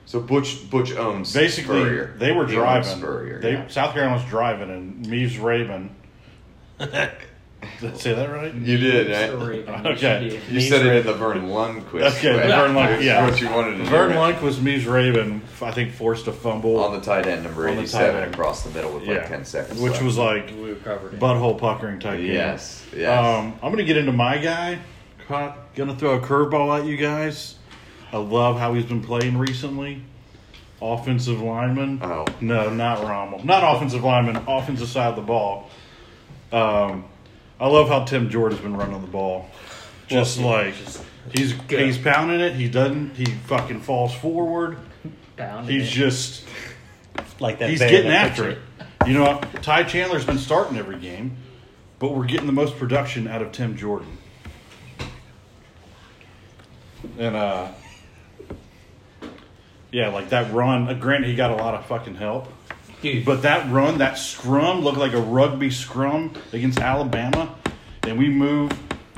[SPEAKER 4] So Butch Butch owns
[SPEAKER 2] basically
[SPEAKER 4] Spurrier.
[SPEAKER 2] they were
[SPEAKER 4] He
[SPEAKER 2] driving.
[SPEAKER 4] owns Spurrier.
[SPEAKER 2] they
[SPEAKER 4] yeah.
[SPEAKER 2] South Carolina's driving, and Meves Raven. Did I say that right?
[SPEAKER 4] You did. eh?
[SPEAKER 3] Sorry, man,
[SPEAKER 2] Okay.
[SPEAKER 3] you did.
[SPEAKER 4] You said it in the Vernon Lundquist.
[SPEAKER 2] Okay, the
[SPEAKER 4] way.
[SPEAKER 2] Vernon Lund-
[SPEAKER 4] Which
[SPEAKER 2] yeah.
[SPEAKER 4] is What you wanted to do.
[SPEAKER 2] Vern Lunk was Meves Raven. I think forced a fumble
[SPEAKER 4] on the tight end, number
[SPEAKER 2] On the tight
[SPEAKER 4] eighty-seven,
[SPEAKER 2] end.
[SPEAKER 4] across the middle with like ten seconds,
[SPEAKER 2] which
[SPEAKER 4] left.
[SPEAKER 2] was like
[SPEAKER 3] We were covered. in-
[SPEAKER 2] butthole puckering type. game.
[SPEAKER 4] yes, yes.
[SPEAKER 2] Um, I'm gonna get into my guy. Caught, gonna throw a curveball at you guys. I love how he's been playing recently. Offensive lineman.
[SPEAKER 4] Oh.
[SPEAKER 2] no, not Rommel. Not offensive lineman. Offensive side of the ball. Um, I love how Tim Jordan's been running the ball. Just like he's he's pounding it. He doesn't. He fucking falls forward.
[SPEAKER 3] Pounded
[SPEAKER 2] He's
[SPEAKER 3] it.
[SPEAKER 2] just
[SPEAKER 1] Like that.
[SPEAKER 2] he's
[SPEAKER 1] bear
[SPEAKER 2] getting
[SPEAKER 1] that
[SPEAKER 2] after it.
[SPEAKER 1] picture.
[SPEAKER 2] You know, Ty Chandler's been starting every game, but we're getting the most production out of Tim Jordan. And uh yeah, like that run. Uh, granted, he got a lot of fucking help,
[SPEAKER 3] Dude,
[SPEAKER 2] but that run, that scrum looked like a rugby scrum against Alabama, and we moved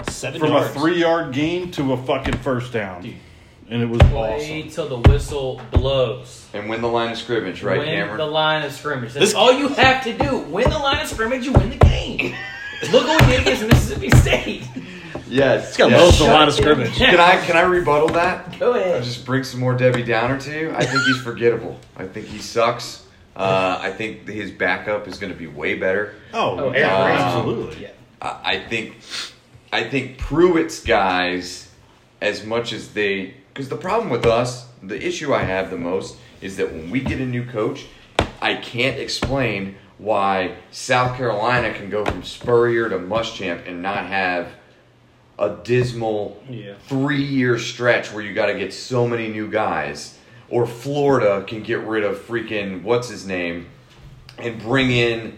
[SPEAKER 1] Seven
[SPEAKER 2] from
[SPEAKER 1] yards.
[SPEAKER 2] a three-yard gain to a fucking first down,
[SPEAKER 3] Dude.
[SPEAKER 2] and it was
[SPEAKER 3] play
[SPEAKER 2] awesome.
[SPEAKER 3] till the whistle blows.
[SPEAKER 4] and win the line of scrimmage, right,
[SPEAKER 3] win
[SPEAKER 4] Cameron?
[SPEAKER 3] the line of scrimmage. That's
[SPEAKER 1] This-
[SPEAKER 3] all you have to do. Win the line of scrimmage, you win the game. Look what we did against Mississippi State.
[SPEAKER 4] yes,
[SPEAKER 1] He's got
[SPEAKER 4] yes.
[SPEAKER 1] loads of
[SPEAKER 3] Shut
[SPEAKER 1] line of
[SPEAKER 3] it
[SPEAKER 1] scrimmage.
[SPEAKER 3] down.
[SPEAKER 4] Can I can I rebuttal that?
[SPEAKER 3] Go ahead.
[SPEAKER 4] Just bring some more Debbie Downer to you. I think he's forgettable. I think he sucks. Uh, I think his backup is going to be way better.
[SPEAKER 2] Oh,
[SPEAKER 3] Oh,
[SPEAKER 2] yeah,
[SPEAKER 4] Aaron Rodgers.
[SPEAKER 2] absolutely.
[SPEAKER 3] Yeah.
[SPEAKER 4] I I think, I think Pruitt's guys, as much as they, because the problem with us, the issue I have the most is that when we get a new coach, I can't explain why South Carolina can go from Spurrier to Muschamp and not have a dismal
[SPEAKER 3] Yeah.
[SPEAKER 4] three year stretch where you got to get so many new guys, or Florida can get rid of freaking what's his name and bring in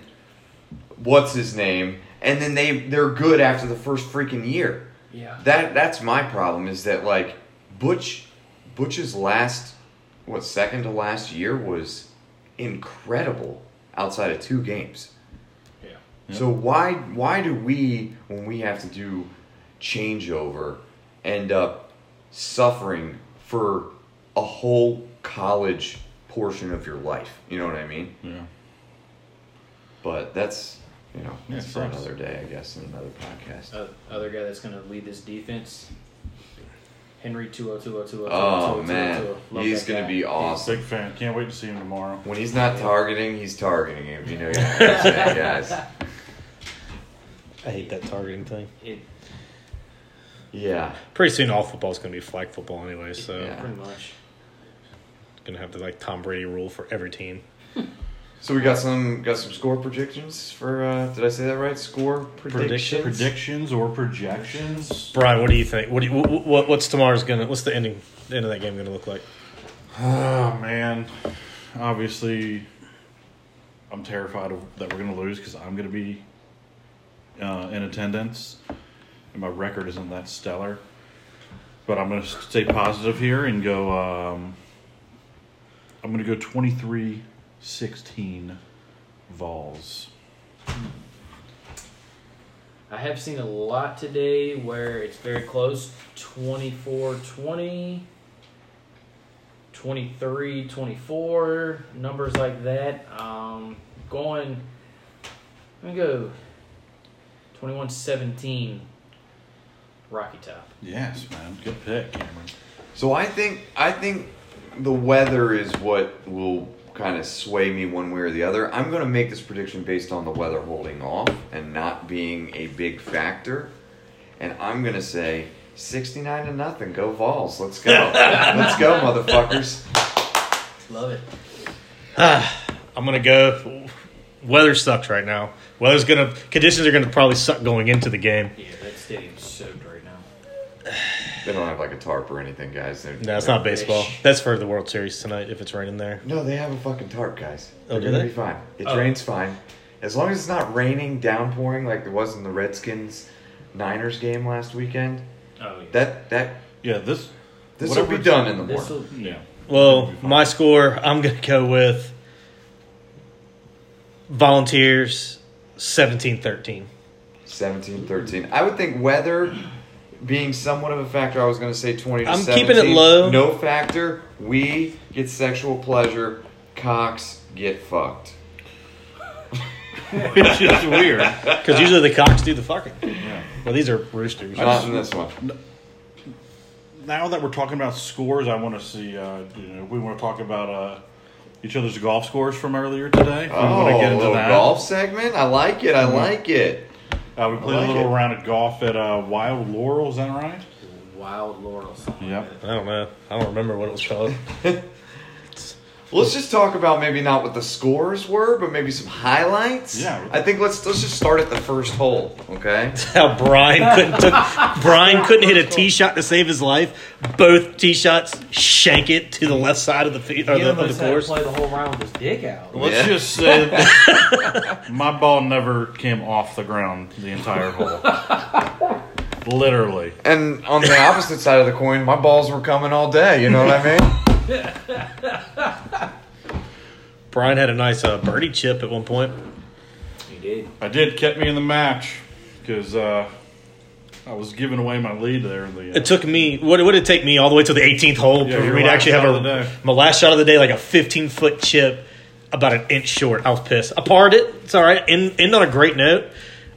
[SPEAKER 4] what's his name, and then they they're good after the first freaking year.
[SPEAKER 3] Yeah.
[SPEAKER 4] That that's my problem is that like Butch Butch's last what second to last year was incredible outside of two games.
[SPEAKER 3] Yeah.
[SPEAKER 4] So why why do we when we have to do changeover end up suffering for a whole college portion of your life? You know what I mean?
[SPEAKER 2] Yeah.
[SPEAKER 4] But that's you know
[SPEAKER 2] Yeah,
[SPEAKER 4] that's for
[SPEAKER 2] sucks.
[SPEAKER 4] another day, I guess, in another podcast.
[SPEAKER 3] Uh, other guy that's going to lead this defense, Henry 20202.
[SPEAKER 4] oh man, he's gonna be awesome.
[SPEAKER 2] Big fan. Can't wait to see him tomorrow.
[SPEAKER 4] When he's not targeting, he's targeting him. You know what I'm saying, guys?
[SPEAKER 1] I hate that targeting thing.
[SPEAKER 3] It,
[SPEAKER 4] Yeah.
[SPEAKER 1] Pretty soon, all football is going to be flag football anyway, so
[SPEAKER 4] Yeah.
[SPEAKER 3] Pretty much.
[SPEAKER 1] going to have the like Tom Brady rule for every team.
[SPEAKER 4] So we got some got some score predictions for. Uh, did I say that right? Score predictions.
[SPEAKER 2] Predictions or projections?
[SPEAKER 1] Brian, what do you think? What do you, what, what what's tomorrow's going to what's the ending the end of that game going to look like?
[SPEAKER 2] Oh man, obviously, I'm terrified of that we're gonna lose because I'm gonna be uh, in attendance, and my record isn't that stellar. But I'm gonna stay positive here and go. Um, I'm gonna go 23-16 Vols.
[SPEAKER 3] I have seen a lot today where it's very close 24 20, 23 24, numbers like that. Um, going, I'm going to go 21 17, Rocky Top.
[SPEAKER 2] Yes, man. Good pick, Cameron.
[SPEAKER 4] So I think I think the weather is what will kind of sway me one way or the other. I'm going to make this prediction based on the weather holding off and not being a big factor. And I'm going to say 69 to nothing. Go Vols. Let's go. Let's go, motherfuckers.
[SPEAKER 3] Love it.
[SPEAKER 1] I'm gonna go. Weather sucks right now. Weather's gonna conditions are gonna probably suck going into the game.
[SPEAKER 3] Yeah, that stadium's soaked right now.
[SPEAKER 4] They don't have like a tarp or anything, guys. They're-
[SPEAKER 1] No, it's not baseball. That's for the World Series tonight. If it's raining there,
[SPEAKER 4] No, they have a fucking tarp, guys.
[SPEAKER 1] Oh,
[SPEAKER 4] They're
[SPEAKER 1] do
[SPEAKER 4] gonna
[SPEAKER 1] they?
[SPEAKER 4] be fine. It
[SPEAKER 3] Oh.
[SPEAKER 4] rains fine. As long as it's not raining, downpouring like there was in the Redskins Niners game last weekend.
[SPEAKER 3] Oh, yeah.
[SPEAKER 4] That that
[SPEAKER 2] Yeah, this.
[SPEAKER 4] this will be
[SPEAKER 2] whatever-
[SPEAKER 4] done in the
[SPEAKER 3] This
[SPEAKER 4] morning.
[SPEAKER 3] will,
[SPEAKER 2] Yeah.
[SPEAKER 1] well, my score I'm gonna go with Volunteers 17-13.
[SPEAKER 4] 17 13. I would think weather being somewhat of a factor. I was going to say 20 to
[SPEAKER 1] I'm
[SPEAKER 4] 17.
[SPEAKER 1] keeping it low.
[SPEAKER 4] No factor. We get sexual pleasure. Cox get fucked.
[SPEAKER 2] Which is weird.
[SPEAKER 1] Because usually the cocks do the fucking.
[SPEAKER 2] Yeah.
[SPEAKER 1] Well, these are roosters.
[SPEAKER 4] Not in this one.
[SPEAKER 2] now that we're talking about scores, I want to see. Uh, you know, we want to talk about uh, each other's golf scores from earlier today. we
[SPEAKER 4] Oh,
[SPEAKER 2] want to get
[SPEAKER 4] a
[SPEAKER 2] into
[SPEAKER 4] little
[SPEAKER 2] that.
[SPEAKER 4] golf segment. I like it. I like it.
[SPEAKER 2] Uh, we played
[SPEAKER 4] I like
[SPEAKER 2] a little
[SPEAKER 4] it.
[SPEAKER 2] round of golf at uh, Wild Laurel. Is that right?
[SPEAKER 3] Wild Laurel. something like
[SPEAKER 2] Yep.
[SPEAKER 1] I don't know. I don't remember what it was called.
[SPEAKER 4] Let's just talk about maybe not what the scores were, but maybe some highlights.
[SPEAKER 2] Yeah.
[SPEAKER 4] I think let's let's just start at the first hole. Okay.
[SPEAKER 1] How Brian couldn't took, Brian couldn't hit a tee shot to save his life. Both tee shots shank it to the left side of the field or
[SPEAKER 3] that. He
[SPEAKER 1] the, of
[SPEAKER 3] almost
[SPEAKER 1] the
[SPEAKER 3] had to
[SPEAKER 1] course.
[SPEAKER 3] play the whole round with his dick out.
[SPEAKER 2] Let's
[SPEAKER 4] Yeah.
[SPEAKER 2] just say that my ball never came off the ground the entire hole. Literally.
[SPEAKER 4] And on the opposite side of the coin, my balls were coming all day. You know what I mean?
[SPEAKER 1] Brian had a nice uh, birdie chip at one point.
[SPEAKER 3] He did.
[SPEAKER 2] I did kept me in the match because uh, I was giving away my lead there in the. Uh,
[SPEAKER 1] It took me what would it take me all the way to the 18th hole
[SPEAKER 2] Yeah,
[SPEAKER 1] for
[SPEAKER 2] your
[SPEAKER 1] me to
[SPEAKER 2] last
[SPEAKER 1] actually
[SPEAKER 2] shot
[SPEAKER 1] have
[SPEAKER 2] of the day.
[SPEAKER 1] a my last shot of the day, like a 15 foot chip, about an inch short. I was pissed. I parred it. It's all right. End, end on a great note.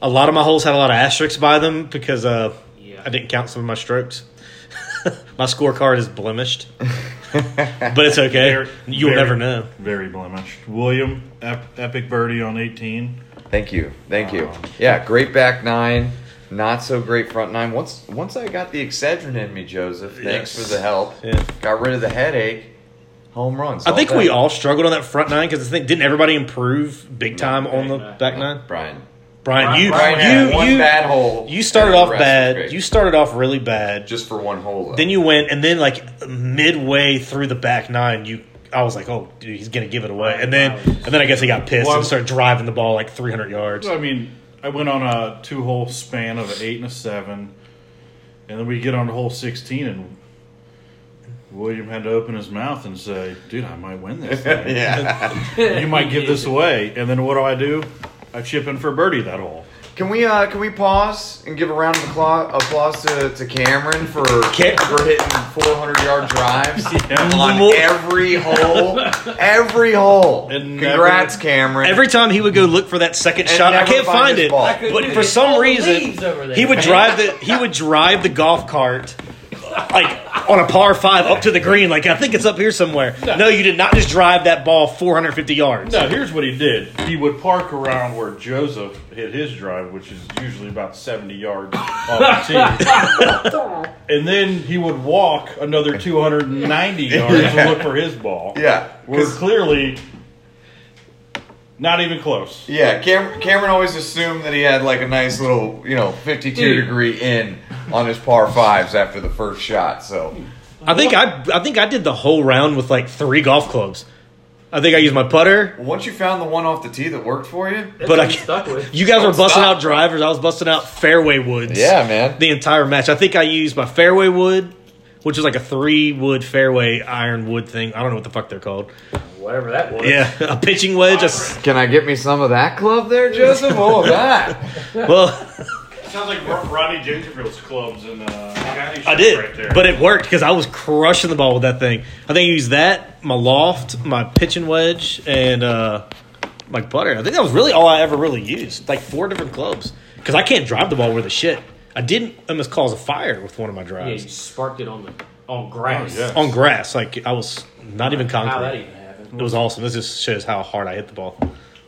[SPEAKER 1] A lot of my holes had a lot of asterisks by them because uh,
[SPEAKER 3] Yeah.
[SPEAKER 1] I didn't count some of my strokes. my scorecard is blemished, but it's okay.
[SPEAKER 2] Very-
[SPEAKER 1] You'll
[SPEAKER 2] very-
[SPEAKER 1] never know.
[SPEAKER 2] Very blemished. William, ep- epic birdie on 18.
[SPEAKER 4] Thank you, thank you.
[SPEAKER 2] Um,
[SPEAKER 4] Yeah, great back nine, not so great front nine. Once once I got the Excedrin in me, Joseph.
[SPEAKER 1] Yes.
[SPEAKER 4] Thanks for the help.
[SPEAKER 1] Yeah.
[SPEAKER 4] Got rid of the headache. Home runs.
[SPEAKER 1] I think
[SPEAKER 4] day.
[SPEAKER 1] we all struggled on that front nine because I think didn't everybody improve big time on the
[SPEAKER 3] Right.
[SPEAKER 1] back nine?
[SPEAKER 4] Brian.
[SPEAKER 1] Brian, you
[SPEAKER 4] Brian had
[SPEAKER 1] you
[SPEAKER 4] one
[SPEAKER 1] you
[SPEAKER 4] bad hole.
[SPEAKER 1] you started
[SPEAKER 4] and the
[SPEAKER 1] off
[SPEAKER 4] rest was
[SPEAKER 1] bad.
[SPEAKER 4] great.
[SPEAKER 1] You started off really bad.
[SPEAKER 4] just for one hole. Though.
[SPEAKER 1] Then you went, and then like midway through the back nine, you I was like, oh, dude, he's gonna give it away, and then and then I guess he got pissed
[SPEAKER 2] Well,
[SPEAKER 1] and started driving the ball like 300 yards.
[SPEAKER 2] So, I mean, I went on a two hole span of an eight and a seven, and then we get on to hole 16, and William had to open his mouth and say, "Dude, I might win this thing.
[SPEAKER 4] yeah.
[SPEAKER 2] You might give this away." And then what do I do? I chip in for birdie that hole.
[SPEAKER 4] Can we uh, can we pause and give a round of applause, applause to, to Cameron for
[SPEAKER 1] Ca-
[SPEAKER 4] for hitting 400 yard drives
[SPEAKER 2] Yeah.
[SPEAKER 4] on every hole, every hole.
[SPEAKER 2] And
[SPEAKER 4] Congrats,
[SPEAKER 2] never-
[SPEAKER 4] Cameron.
[SPEAKER 1] Every time he would go look for that second
[SPEAKER 4] And
[SPEAKER 1] shot, I
[SPEAKER 4] never
[SPEAKER 1] can't
[SPEAKER 4] find
[SPEAKER 1] find
[SPEAKER 4] his
[SPEAKER 1] it.
[SPEAKER 4] ball. I
[SPEAKER 3] couldn't do
[SPEAKER 1] But
[SPEAKER 3] it.
[SPEAKER 1] for
[SPEAKER 3] It's
[SPEAKER 1] some
[SPEAKER 3] all the
[SPEAKER 1] reason,
[SPEAKER 3] leaves over there.
[SPEAKER 1] he would drive the he would drive the golf cart like on a par five up to the green. Like I think it's up here somewhere. No, you did not just drive that ball 450 yards.
[SPEAKER 2] No, here's what he did. He would park around where Joseph hit his drive, which is usually about 70 yards off the tee. and then he would walk another 290 yards to look for his ball.
[SPEAKER 4] Yeah,
[SPEAKER 2] We're
[SPEAKER 4] 'cause-
[SPEAKER 2] clearly not even close.
[SPEAKER 4] Yeah, Cam- Cameron always assumed that he had like a nice little, you know, 52
[SPEAKER 3] Dude.
[SPEAKER 4] degree in on his par fives after the first shot. So
[SPEAKER 1] I think I I think I did the whole round with like three golf clubs. I think I used my putter.
[SPEAKER 4] once you found the one off the tee that worked for you,
[SPEAKER 3] That's
[SPEAKER 1] But
[SPEAKER 3] what
[SPEAKER 1] I
[SPEAKER 3] I'm
[SPEAKER 1] can't-
[SPEAKER 3] stuck with.
[SPEAKER 1] You guys were busting
[SPEAKER 4] stop.
[SPEAKER 1] out drivers. I was busting out fairway woods.
[SPEAKER 4] yeah, man.
[SPEAKER 1] the entire match. I think I used my fairway wood, which is like a three wood fairway iron wood thing. I don't know what the fuck they're called.
[SPEAKER 3] Whatever that was.
[SPEAKER 1] Yeah, a pitching wedge. a s-
[SPEAKER 4] Can I get me some of that club there, Joseph? All of that.
[SPEAKER 1] well,
[SPEAKER 2] Sounds like Rodney Dangerfield's clubs in uh,
[SPEAKER 1] I did, but it worked because I was crushing the ball with that thing. I think I used that, my loft, my pitching wedge, and uh, my putter. I think that was really all I ever really used, like four different clubs, because I can't drive the ball worth a shit. I didn't almost cause a fire with one of my
[SPEAKER 3] Yeah, you
[SPEAKER 1] drives
[SPEAKER 3] sparked it on the on grass.
[SPEAKER 2] Oh, yeah.
[SPEAKER 1] on grass. Like I was not even
[SPEAKER 3] How that e-
[SPEAKER 1] concrete.
[SPEAKER 3] even happened?
[SPEAKER 1] It was awesome. This just shows how hard I hit the ball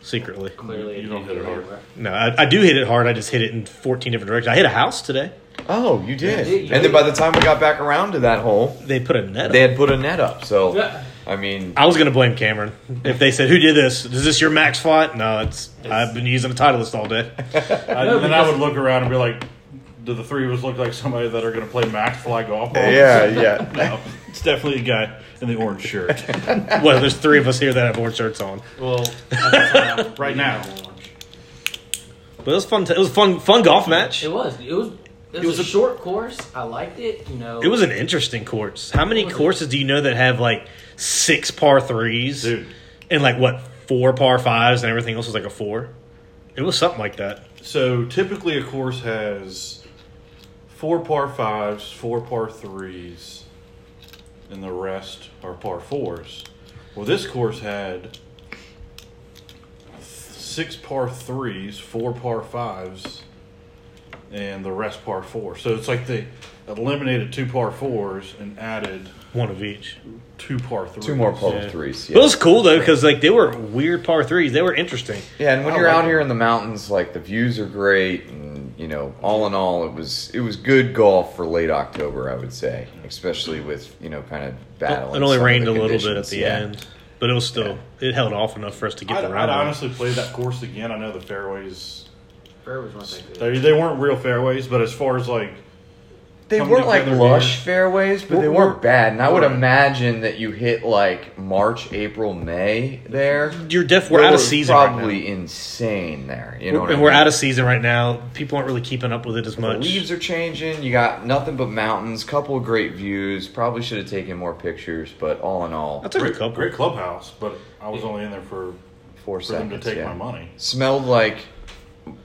[SPEAKER 1] secretly.
[SPEAKER 3] Clearly,
[SPEAKER 2] You
[SPEAKER 3] it
[SPEAKER 2] don't
[SPEAKER 3] didn't
[SPEAKER 2] hit it
[SPEAKER 3] go
[SPEAKER 2] hard.
[SPEAKER 3] anywhere.
[SPEAKER 1] No, I, I do hit it hard. I just hit it in 14 different directions. I hit a house today.
[SPEAKER 4] Oh, you did.
[SPEAKER 3] Yeah, you
[SPEAKER 4] and then
[SPEAKER 3] did.
[SPEAKER 4] by the time we got back around to that hole,
[SPEAKER 1] They put a net.
[SPEAKER 4] they
[SPEAKER 1] Up.
[SPEAKER 4] had put a net up. So,
[SPEAKER 3] Yeah.
[SPEAKER 4] I mean,
[SPEAKER 1] I was going to blame Cameron if they said, "Who did this? Is this your max flight?" No, it's. I've been using a Titleist all day.
[SPEAKER 2] I,
[SPEAKER 3] No,
[SPEAKER 2] and then I
[SPEAKER 3] because-
[SPEAKER 2] would look around and be like, do the three of us look like somebody that are going to play max fly golf? balls?"
[SPEAKER 4] yeah, yeah.
[SPEAKER 2] No, it's definitely a guy in the orange shirt.
[SPEAKER 1] well, there's three of us here that have orange shirts on.
[SPEAKER 3] Well, that's how-
[SPEAKER 2] Right now.
[SPEAKER 1] But it was fun. T- it was fun. Fun golf match.
[SPEAKER 3] It was. It was. It was,
[SPEAKER 1] was
[SPEAKER 3] a,
[SPEAKER 1] a-
[SPEAKER 3] short course. I liked it. You know.
[SPEAKER 1] It was an interesting course. How many
[SPEAKER 3] was it?
[SPEAKER 1] courses do you know that have like six par threes
[SPEAKER 2] Dude.
[SPEAKER 1] and like what four par fives and everything else was like a four? It was something like that.
[SPEAKER 2] So typically, a course has four par fives, four par threes, and the rest are par fours. Well, this course had six par threes, four par fives, and the rest par four. So it's like they eliminated two par fours and added
[SPEAKER 1] One of each.
[SPEAKER 2] two par threes.
[SPEAKER 4] Two more par threes.
[SPEAKER 1] It
[SPEAKER 4] Yeah.
[SPEAKER 1] was cool though because like they were weird par threes. They were interesting.
[SPEAKER 4] Yeah, and when
[SPEAKER 2] I
[SPEAKER 4] you're
[SPEAKER 2] like
[SPEAKER 4] out
[SPEAKER 2] it.
[SPEAKER 4] here in the mountains, like the views are great, and you know, all in all, it was it was good golf for late October, I would say, especially with you know, kind of battling.
[SPEAKER 1] It only
[SPEAKER 4] some of
[SPEAKER 1] rained
[SPEAKER 4] the
[SPEAKER 1] a little bit at
[SPEAKER 4] conditions,
[SPEAKER 1] the
[SPEAKER 4] yeah.
[SPEAKER 1] end, but it was still it held off enough for us to get
[SPEAKER 2] I'd,
[SPEAKER 1] the
[SPEAKER 2] I'd
[SPEAKER 1] round. on.
[SPEAKER 2] honestly play that course again. I know the fairways
[SPEAKER 3] Fair was one thing.
[SPEAKER 2] they, they weren't real fairways, but as far as like
[SPEAKER 4] They
[SPEAKER 2] Come
[SPEAKER 4] weren't like
[SPEAKER 2] together
[SPEAKER 4] lush
[SPEAKER 2] here.
[SPEAKER 4] fairways, but they
[SPEAKER 2] We're-
[SPEAKER 4] weren't
[SPEAKER 2] we're-
[SPEAKER 4] bad. And I would
[SPEAKER 2] we're-
[SPEAKER 4] imagine that you hit like March, April, May there.
[SPEAKER 1] You're deaf. We're
[SPEAKER 4] It
[SPEAKER 1] out of
[SPEAKER 4] was
[SPEAKER 1] season.
[SPEAKER 4] Probably
[SPEAKER 1] right
[SPEAKER 4] insane there. You
[SPEAKER 1] now.
[SPEAKER 4] know,
[SPEAKER 1] We're-
[SPEAKER 4] what I
[SPEAKER 1] and we're
[SPEAKER 4] mean?
[SPEAKER 1] out of season right now. People aren't really keeping up with it as
[SPEAKER 4] The
[SPEAKER 1] much.
[SPEAKER 4] leaves are changing. You got nothing but mountains. Couple of great views. Probably should have taken more pictures, but all in all,
[SPEAKER 1] I took a
[SPEAKER 2] great,
[SPEAKER 1] couple.
[SPEAKER 2] great clubhouse, but I was only in there for
[SPEAKER 4] four
[SPEAKER 2] for them
[SPEAKER 4] seconds.
[SPEAKER 2] to take
[SPEAKER 4] yeah.
[SPEAKER 2] my money.
[SPEAKER 4] smelled like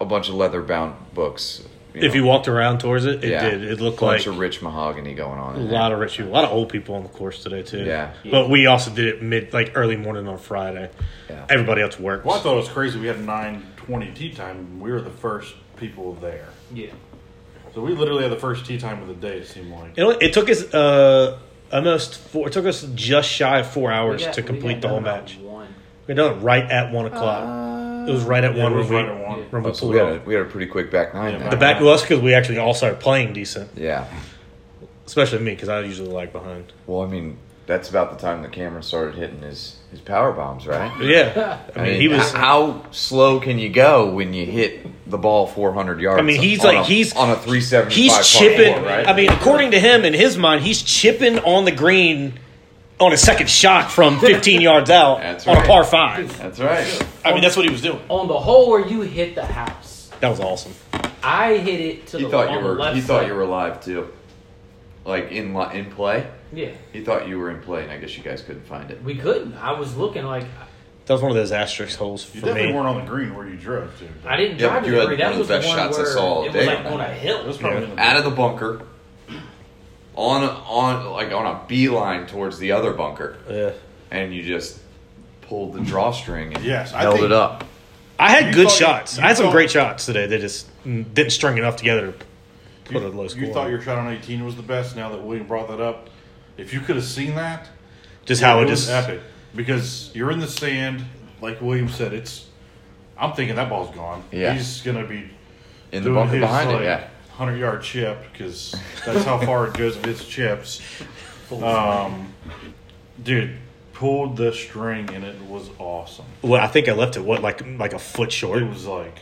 [SPEAKER 4] a bunch of leather bound books.
[SPEAKER 1] If you walked around towards it, it
[SPEAKER 4] Yeah.
[SPEAKER 1] did. It
[SPEAKER 4] a
[SPEAKER 1] looked
[SPEAKER 4] bunch
[SPEAKER 1] like
[SPEAKER 4] of rich mahogany going on.
[SPEAKER 1] a
[SPEAKER 4] in
[SPEAKER 1] lot
[SPEAKER 4] there.
[SPEAKER 1] of rich people, a lot of old people on the course today too.
[SPEAKER 4] Yeah.
[SPEAKER 1] But we also did it mid, like early morning on Friday.
[SPEAKER 4] Yeah.
[SPEAKER 1] Everybody else worked.
[SPEAKER 2] Well, I thought it was crazy. We had nine twenty tea time. And we were the first people there,
[SPEAKER 3] Yeah.
[SPEAKER 2] so we literally had the first tea time of the day. It seemed like
[SPEAKER 1] It, only, it took us uh, almost four. It took us just shy of four
[SPEAKER 3] We
[SPEAKER 1] hours
[SPEAKER 3] got-
[SPEAKER 1] to
[SPEAKER 3] we
[SPEAKER 1] complete
[SPEAKER 3] got
[SPEAKER 1] the whole
[SPEAKER 3] done Uh, about
[SPEAKER 1] match.
[SPEAKER 3] One.
[SPEAKER 1] We done it right at one o'clock. it was right at
[SPEAKER 2] Yeah,
[SPEAKER 1] one.
[SPEAKER 2] it was
[SPEAKER 1] when
[SPEAKER 2] right
[SPEAKER 1] we-
[SPEAKER 2] at one.
[SPEAKER 1] when we
[SPEAKER 4] Oh, Uh, so
[SPEAKER 1] pulled
[SPEAKER 4] we
[SPEAKER 1] off.
[SPEAKER 4] had, a, we had a pretty quick back nine.
[SPEAKER 2] Yeah,
[SPEAKER 4] there.
[SPEAKER 1] the back to us because we actually all started playing decent,
[SPEAKER 4] yeah.
[SPEAKER 1] especially me because I usually lag behind.
[SPEAKER 4] Well, I mean, that's about the time that Cameron started hitting his his power bombs, right?
[SPEAKER 1] But yeah, I mean he was.
[SPEAKER 4] h- How slow can you go when you hit the ball 400 yards?
[SPEAKER 1] I mean he's
[SPEAKER 4] on
[SPEAKER 1] like
[SPEAKER 4] a-
[SPEAKER 1] he's
[SPEAKER 4] on a 375. par
[SPEAKER 1] He's chipping.
[SPEAKER 4] four, right?
[SPEAKER 1] I mean, according to him in his mind, he's chipping on the green on his second shot from 15 yards out
[SPEAKER 4] That's
[SPEAKER 1] on a
[SPEAKER 4] right.
[SPEAKER 1] par five.
[SPEAKER 4] that's right.
[SPEAKER 1] I mean, that's what he was doing.
[SPEAKER 3] On the hole where you hit the house,
[SPEAKER 1] That was awesome.
[SPEAKER 3] I hit it to
[SPEAKER 4] He
[SPEAKER 3] the
[SPEAKER 4] thought
[SPEAKER 3] on
[SPEAKER 4] you
[SPEAKER 3] the
[SPEAKER 4] were
[SPEAKER 3] left
[SPEAKER 4] he thought
[SPEAKER 3] side.
[SPEAKER 4] you were alive too. like in li- in play.
[SPEAKER 3] Yeah,
[SPEAKER 4] He thought you were in play, and I guess you guys couldn't find it.
[SPEAKER 3] we couldn't. I was looking like
[SPEAKER 1] That was one of those asterisk holes
[SPEAKER 2] You
[SPEAKER 1] for
[SPEAKER 2] definitely
[SPEAKER 1] me.
[SPEAKER 2] weren't on the green where you drove to.
[SPEAKER 3] I didn't
[SPEAKER 4] Yeah,
[SPEAKER 3] drive
[SPEAKER 4] but
[SPEAKER 3] to
[SPEAKER 4] you
[SPEAKER 3] the
[SPEAKER 4] had
[SPEAKER 3] green.
[SPEAKER 4] one
[SPEAKER 3] That
[SPEAKER 4] of
[SPEAKER 3] was
[SPEAKER 4] the
[SPEAKER 3] the
[SPEAKER 4] best
[SPEAKER 3] one
[SPEAKER 4] shots I
[SPEAKER 3] where
[SPEAKER 4] saw all
[SPEAKER 3] it
[SPEAKER 4] day
[SPEAKER 3] was like
[SPEAKER 4] on that.
[SPEAKER 3] on a
[SPEAKER 2] It
[SPEAKER 3] hill.
[SPEAKER 2] was probably
[SPEAKER 1] Yeah.
[SPEAKER 2] in the
[SPEAKER 4] Out of the bunker, on on like on a beeline towards the other bunker,
[SPEAKER 1] Yeah.
[SPEAKER 4] and you just pulled the drawstring and
[SPEAKER 2] Yes, I
[SPEAKER 4] held
[SPEAKER 2] think-
[SPEAKER 4] it up.
[SPEAKER 1] I had
[SPEAKER 2] You
[SPEAKER 1] good
[SPEAKER 2] thought-
[SPEAKER 1] shots.
[SPEAKER 2] you
[SPEAKER 1] I had some
[SPEAKER 2] thought-
[SPEAKER 1] great shots today. They just mm, didn't string enough together to put a
[SPEAKER 2] You,
[SPEAKER 1] low score.
[SPEAKER 2] you thought your shot on 18 was the best. Now that William brought that up, if you could have seen that,
[SPEAKER 1] just how it
[SPEAKER 2] was
[SPEAKER 1] just
[SPEAKER 2] epic because you're in the sand, like William said. It's I'm thinking that ball's gone.
[SPEAKER 4] Yeah.
[SPEAKER 2] he's gonna be
[SPEAKER 4] In the
[SPEAKER 2] doing
[SPEAKER 4] bunker
[SPEAKER 2] his
[SPEAKER 4] behind
[SPEAKER 2] like,
[SPEAKER 4] it, yeah.
[SPEAKER 2] hundred yard chip because that's how far it goes with his chips. Um, dude pulled the string and it was awesome.
[SPEAKER 1] Well, I think I left it what like like a foot short.
[SPEAKER 2] It was like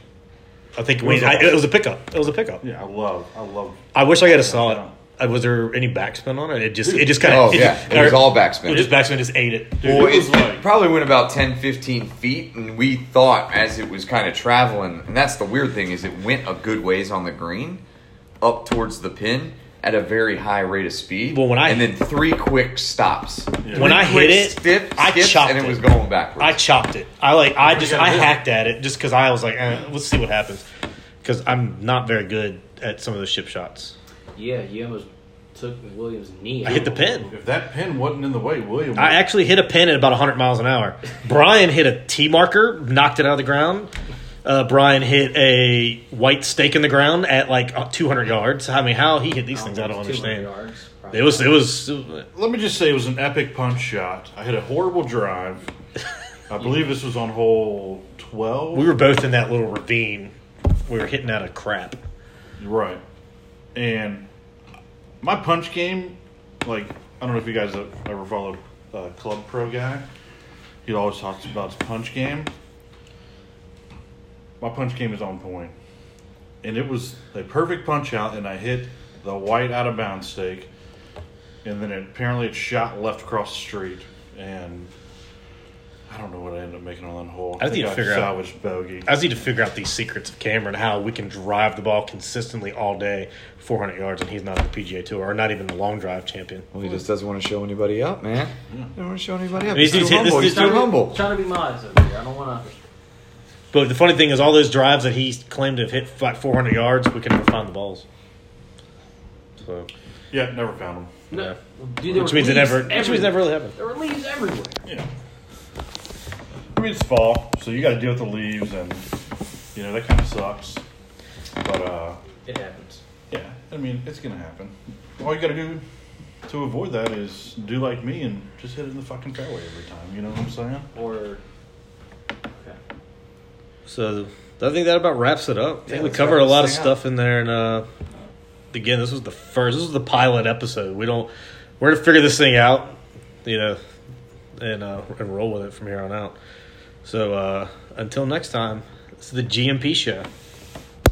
[SPEAKER 1] I think
[SPEAKER 2] was
[SPEAKER 1] we. I,
[SPEAKER 2] awesome.
[SPEAKER 1] it was a pickup. It was a pickup.
[SPEAKER 2] yeah, I love, I love.
[SPEAKER 1] I wish I had a solid. Uh, was there any backspin on it? It just it just kind
[SPEAKER 4] Oh
[SPEAKER 1] of
[SPEAKER 4] yeah, it was all
[SPEAKER 1] It
[SPEAKER 4] backspin.
[SPEAKER 1] just backspin just ate it.
[SPEAKER 2] Dude,
[SPEAKER 4] Well,
[SPEAKER 2] it was
[SPEAKER 4] it,
[SPEAKER 2] like
[SPEAKER 4] probably went about 10, 15 feet, and we thought as it was kind of traveling, and that's the weird thing is it went a good ways on the green, up towards the pin at a very high rate of speed.
[SPEAKER 1] Well, when I-
[SPEAKER 4] and then three quick stops,
[SPEAKER 2] Yeah.
[SPEAKER 1] When I hit
[SPEAKER 4] Quick
[SPEAKER 1] it,
[SPEAKER 4] stip,
[SPEAKER 1] I
[SPEAKER 4] skips,
[SPEAKER 1] chopped
[SPEAKER 4] and it
[SPEAKER 1] it.
[SPEAKER 4] was going backwards.
[SPEAKER 1] I chopped it. I like I just
[SPEAKER 2] gotta
[SPEAKER 1] I
[SPEAKER 2] do it.
[SPEAKER 1] hacked at it just because I was like, eh, let's see what happens because I'm not very good at some of those ship shots.
[SPEAKER 3] Yeah, you almost took Williams' knee.
[SPEAKER 1] I hit the pin.
[SPEAKER 2] if that pin wasn't in the way, William.
[SPEAKER 1] I actually hit a pin at about 100 miles an hour. Brian hit a T marker, knocked it out of the ground. Uh, Brian hit a white stake in the ground at like uh, 200 yards. I mean, how he hit
[SPEAKER 3] Oh,
[SPEAKER 1] these things, I don't understand.
[SPEAKER 3] Yards, probably.
[SPEAKER 1] It was, it was, it was-
[SPEAKER 2] Let me just say it was an epic punch shot. I hit a horrible drive. I believe this was on hole 12.
[SPEAKER 1] we were both in that little ravine. We were hitting out of crap.
[SPEAKER 2] right. And my punch game, like, I don't know if you guys have ever followed uh, Club Pro Guy. He always talks about his punch game. My punch game is on point. And it was a perfect punch out, and I hit the white out of bounds stake. And then it, apparently it shot left across the street. And I don't know what I ended up making on that hole.
[SPEAKER 1] I need to figure out-
[SPEAKER 2] salvaged bogey.
[SPEAKER 1] I just need to figure out these secrets of Cameron, how we can drive the ball consistently all day, 400 yards, and he's not on the PGA Tour or not even the long drive champion.
[SPEAKER 4] well, he just doesn't want to show anybody up, man. He doesn't want to show anybody up.
[SPEAKER 1] He's
[SPEAKER 4] He's,
[SPEAKER 1] just
[SPEAKER 4] too
[SPEAKER 1] hit- this
[SPEAKER 4] humble.
[SPEAKER 1] is
[SPEAKER 4] He's
[SPEAKER 1] too
[SPEAKER 4] too
[SPEAKER 3] Trying to-
[SPEAKER 4] humble.
[SPEAKER 3] Trying to be modest over here. I don't want to.
[SPEAKER 1] But the funny thing is, all those drives that he claimed to have hit like 400 yards, we could never find the balls. So,
[SPEAKER 2] Yeah, never found him.
[SPEAKER 1] Yeah.
[SPEAKER 3] No, dude, there
[SPEAKER 1] which
[SPEAKER 3] were
[SPEAKER 1] means it
[SPEAKER 3] leaves
[SPEAKER 1] never, which means it
[SPEAKER 3] everywhere.
[SPEAKER 1] never really happened.
[SPEAKER 3] There were leaves everywhere.
[SPEAKER 2] Yeah. I mean, it's fall, so you got to deal with the leaves, and you know that kind of sucks. But uh,
[SPEAKER 3] It happens.
[SPEAKER 2] yeah, I mean, it's gonna happen. All you got to do to avoid that is do like me and just hit it in the fucking fairway every time. You know what I'm saying?
[SPEAKER 3] Or okay.
[SPEAKER 1] So I think that about wraps it up. I think
[SPEAKER 4] Yeah,
[SPEAKER 1] we
[SPEAKER 4] let's
[SPEAKER 1] covered a
[SPEAKER 4] wrap this
[SPEAKER 1] lot of
[SPEAKER 4] thing
[SPEAKER 1] stuff
[SPEAKER 4] up.
[SPEAKER 1] in there, and uh, again, this was the first. This was the pilot episode. We don't. We're gonna figure this thing out, you know, and uh, and roll with it from here on out. So uh, until next time, it's the GMP show.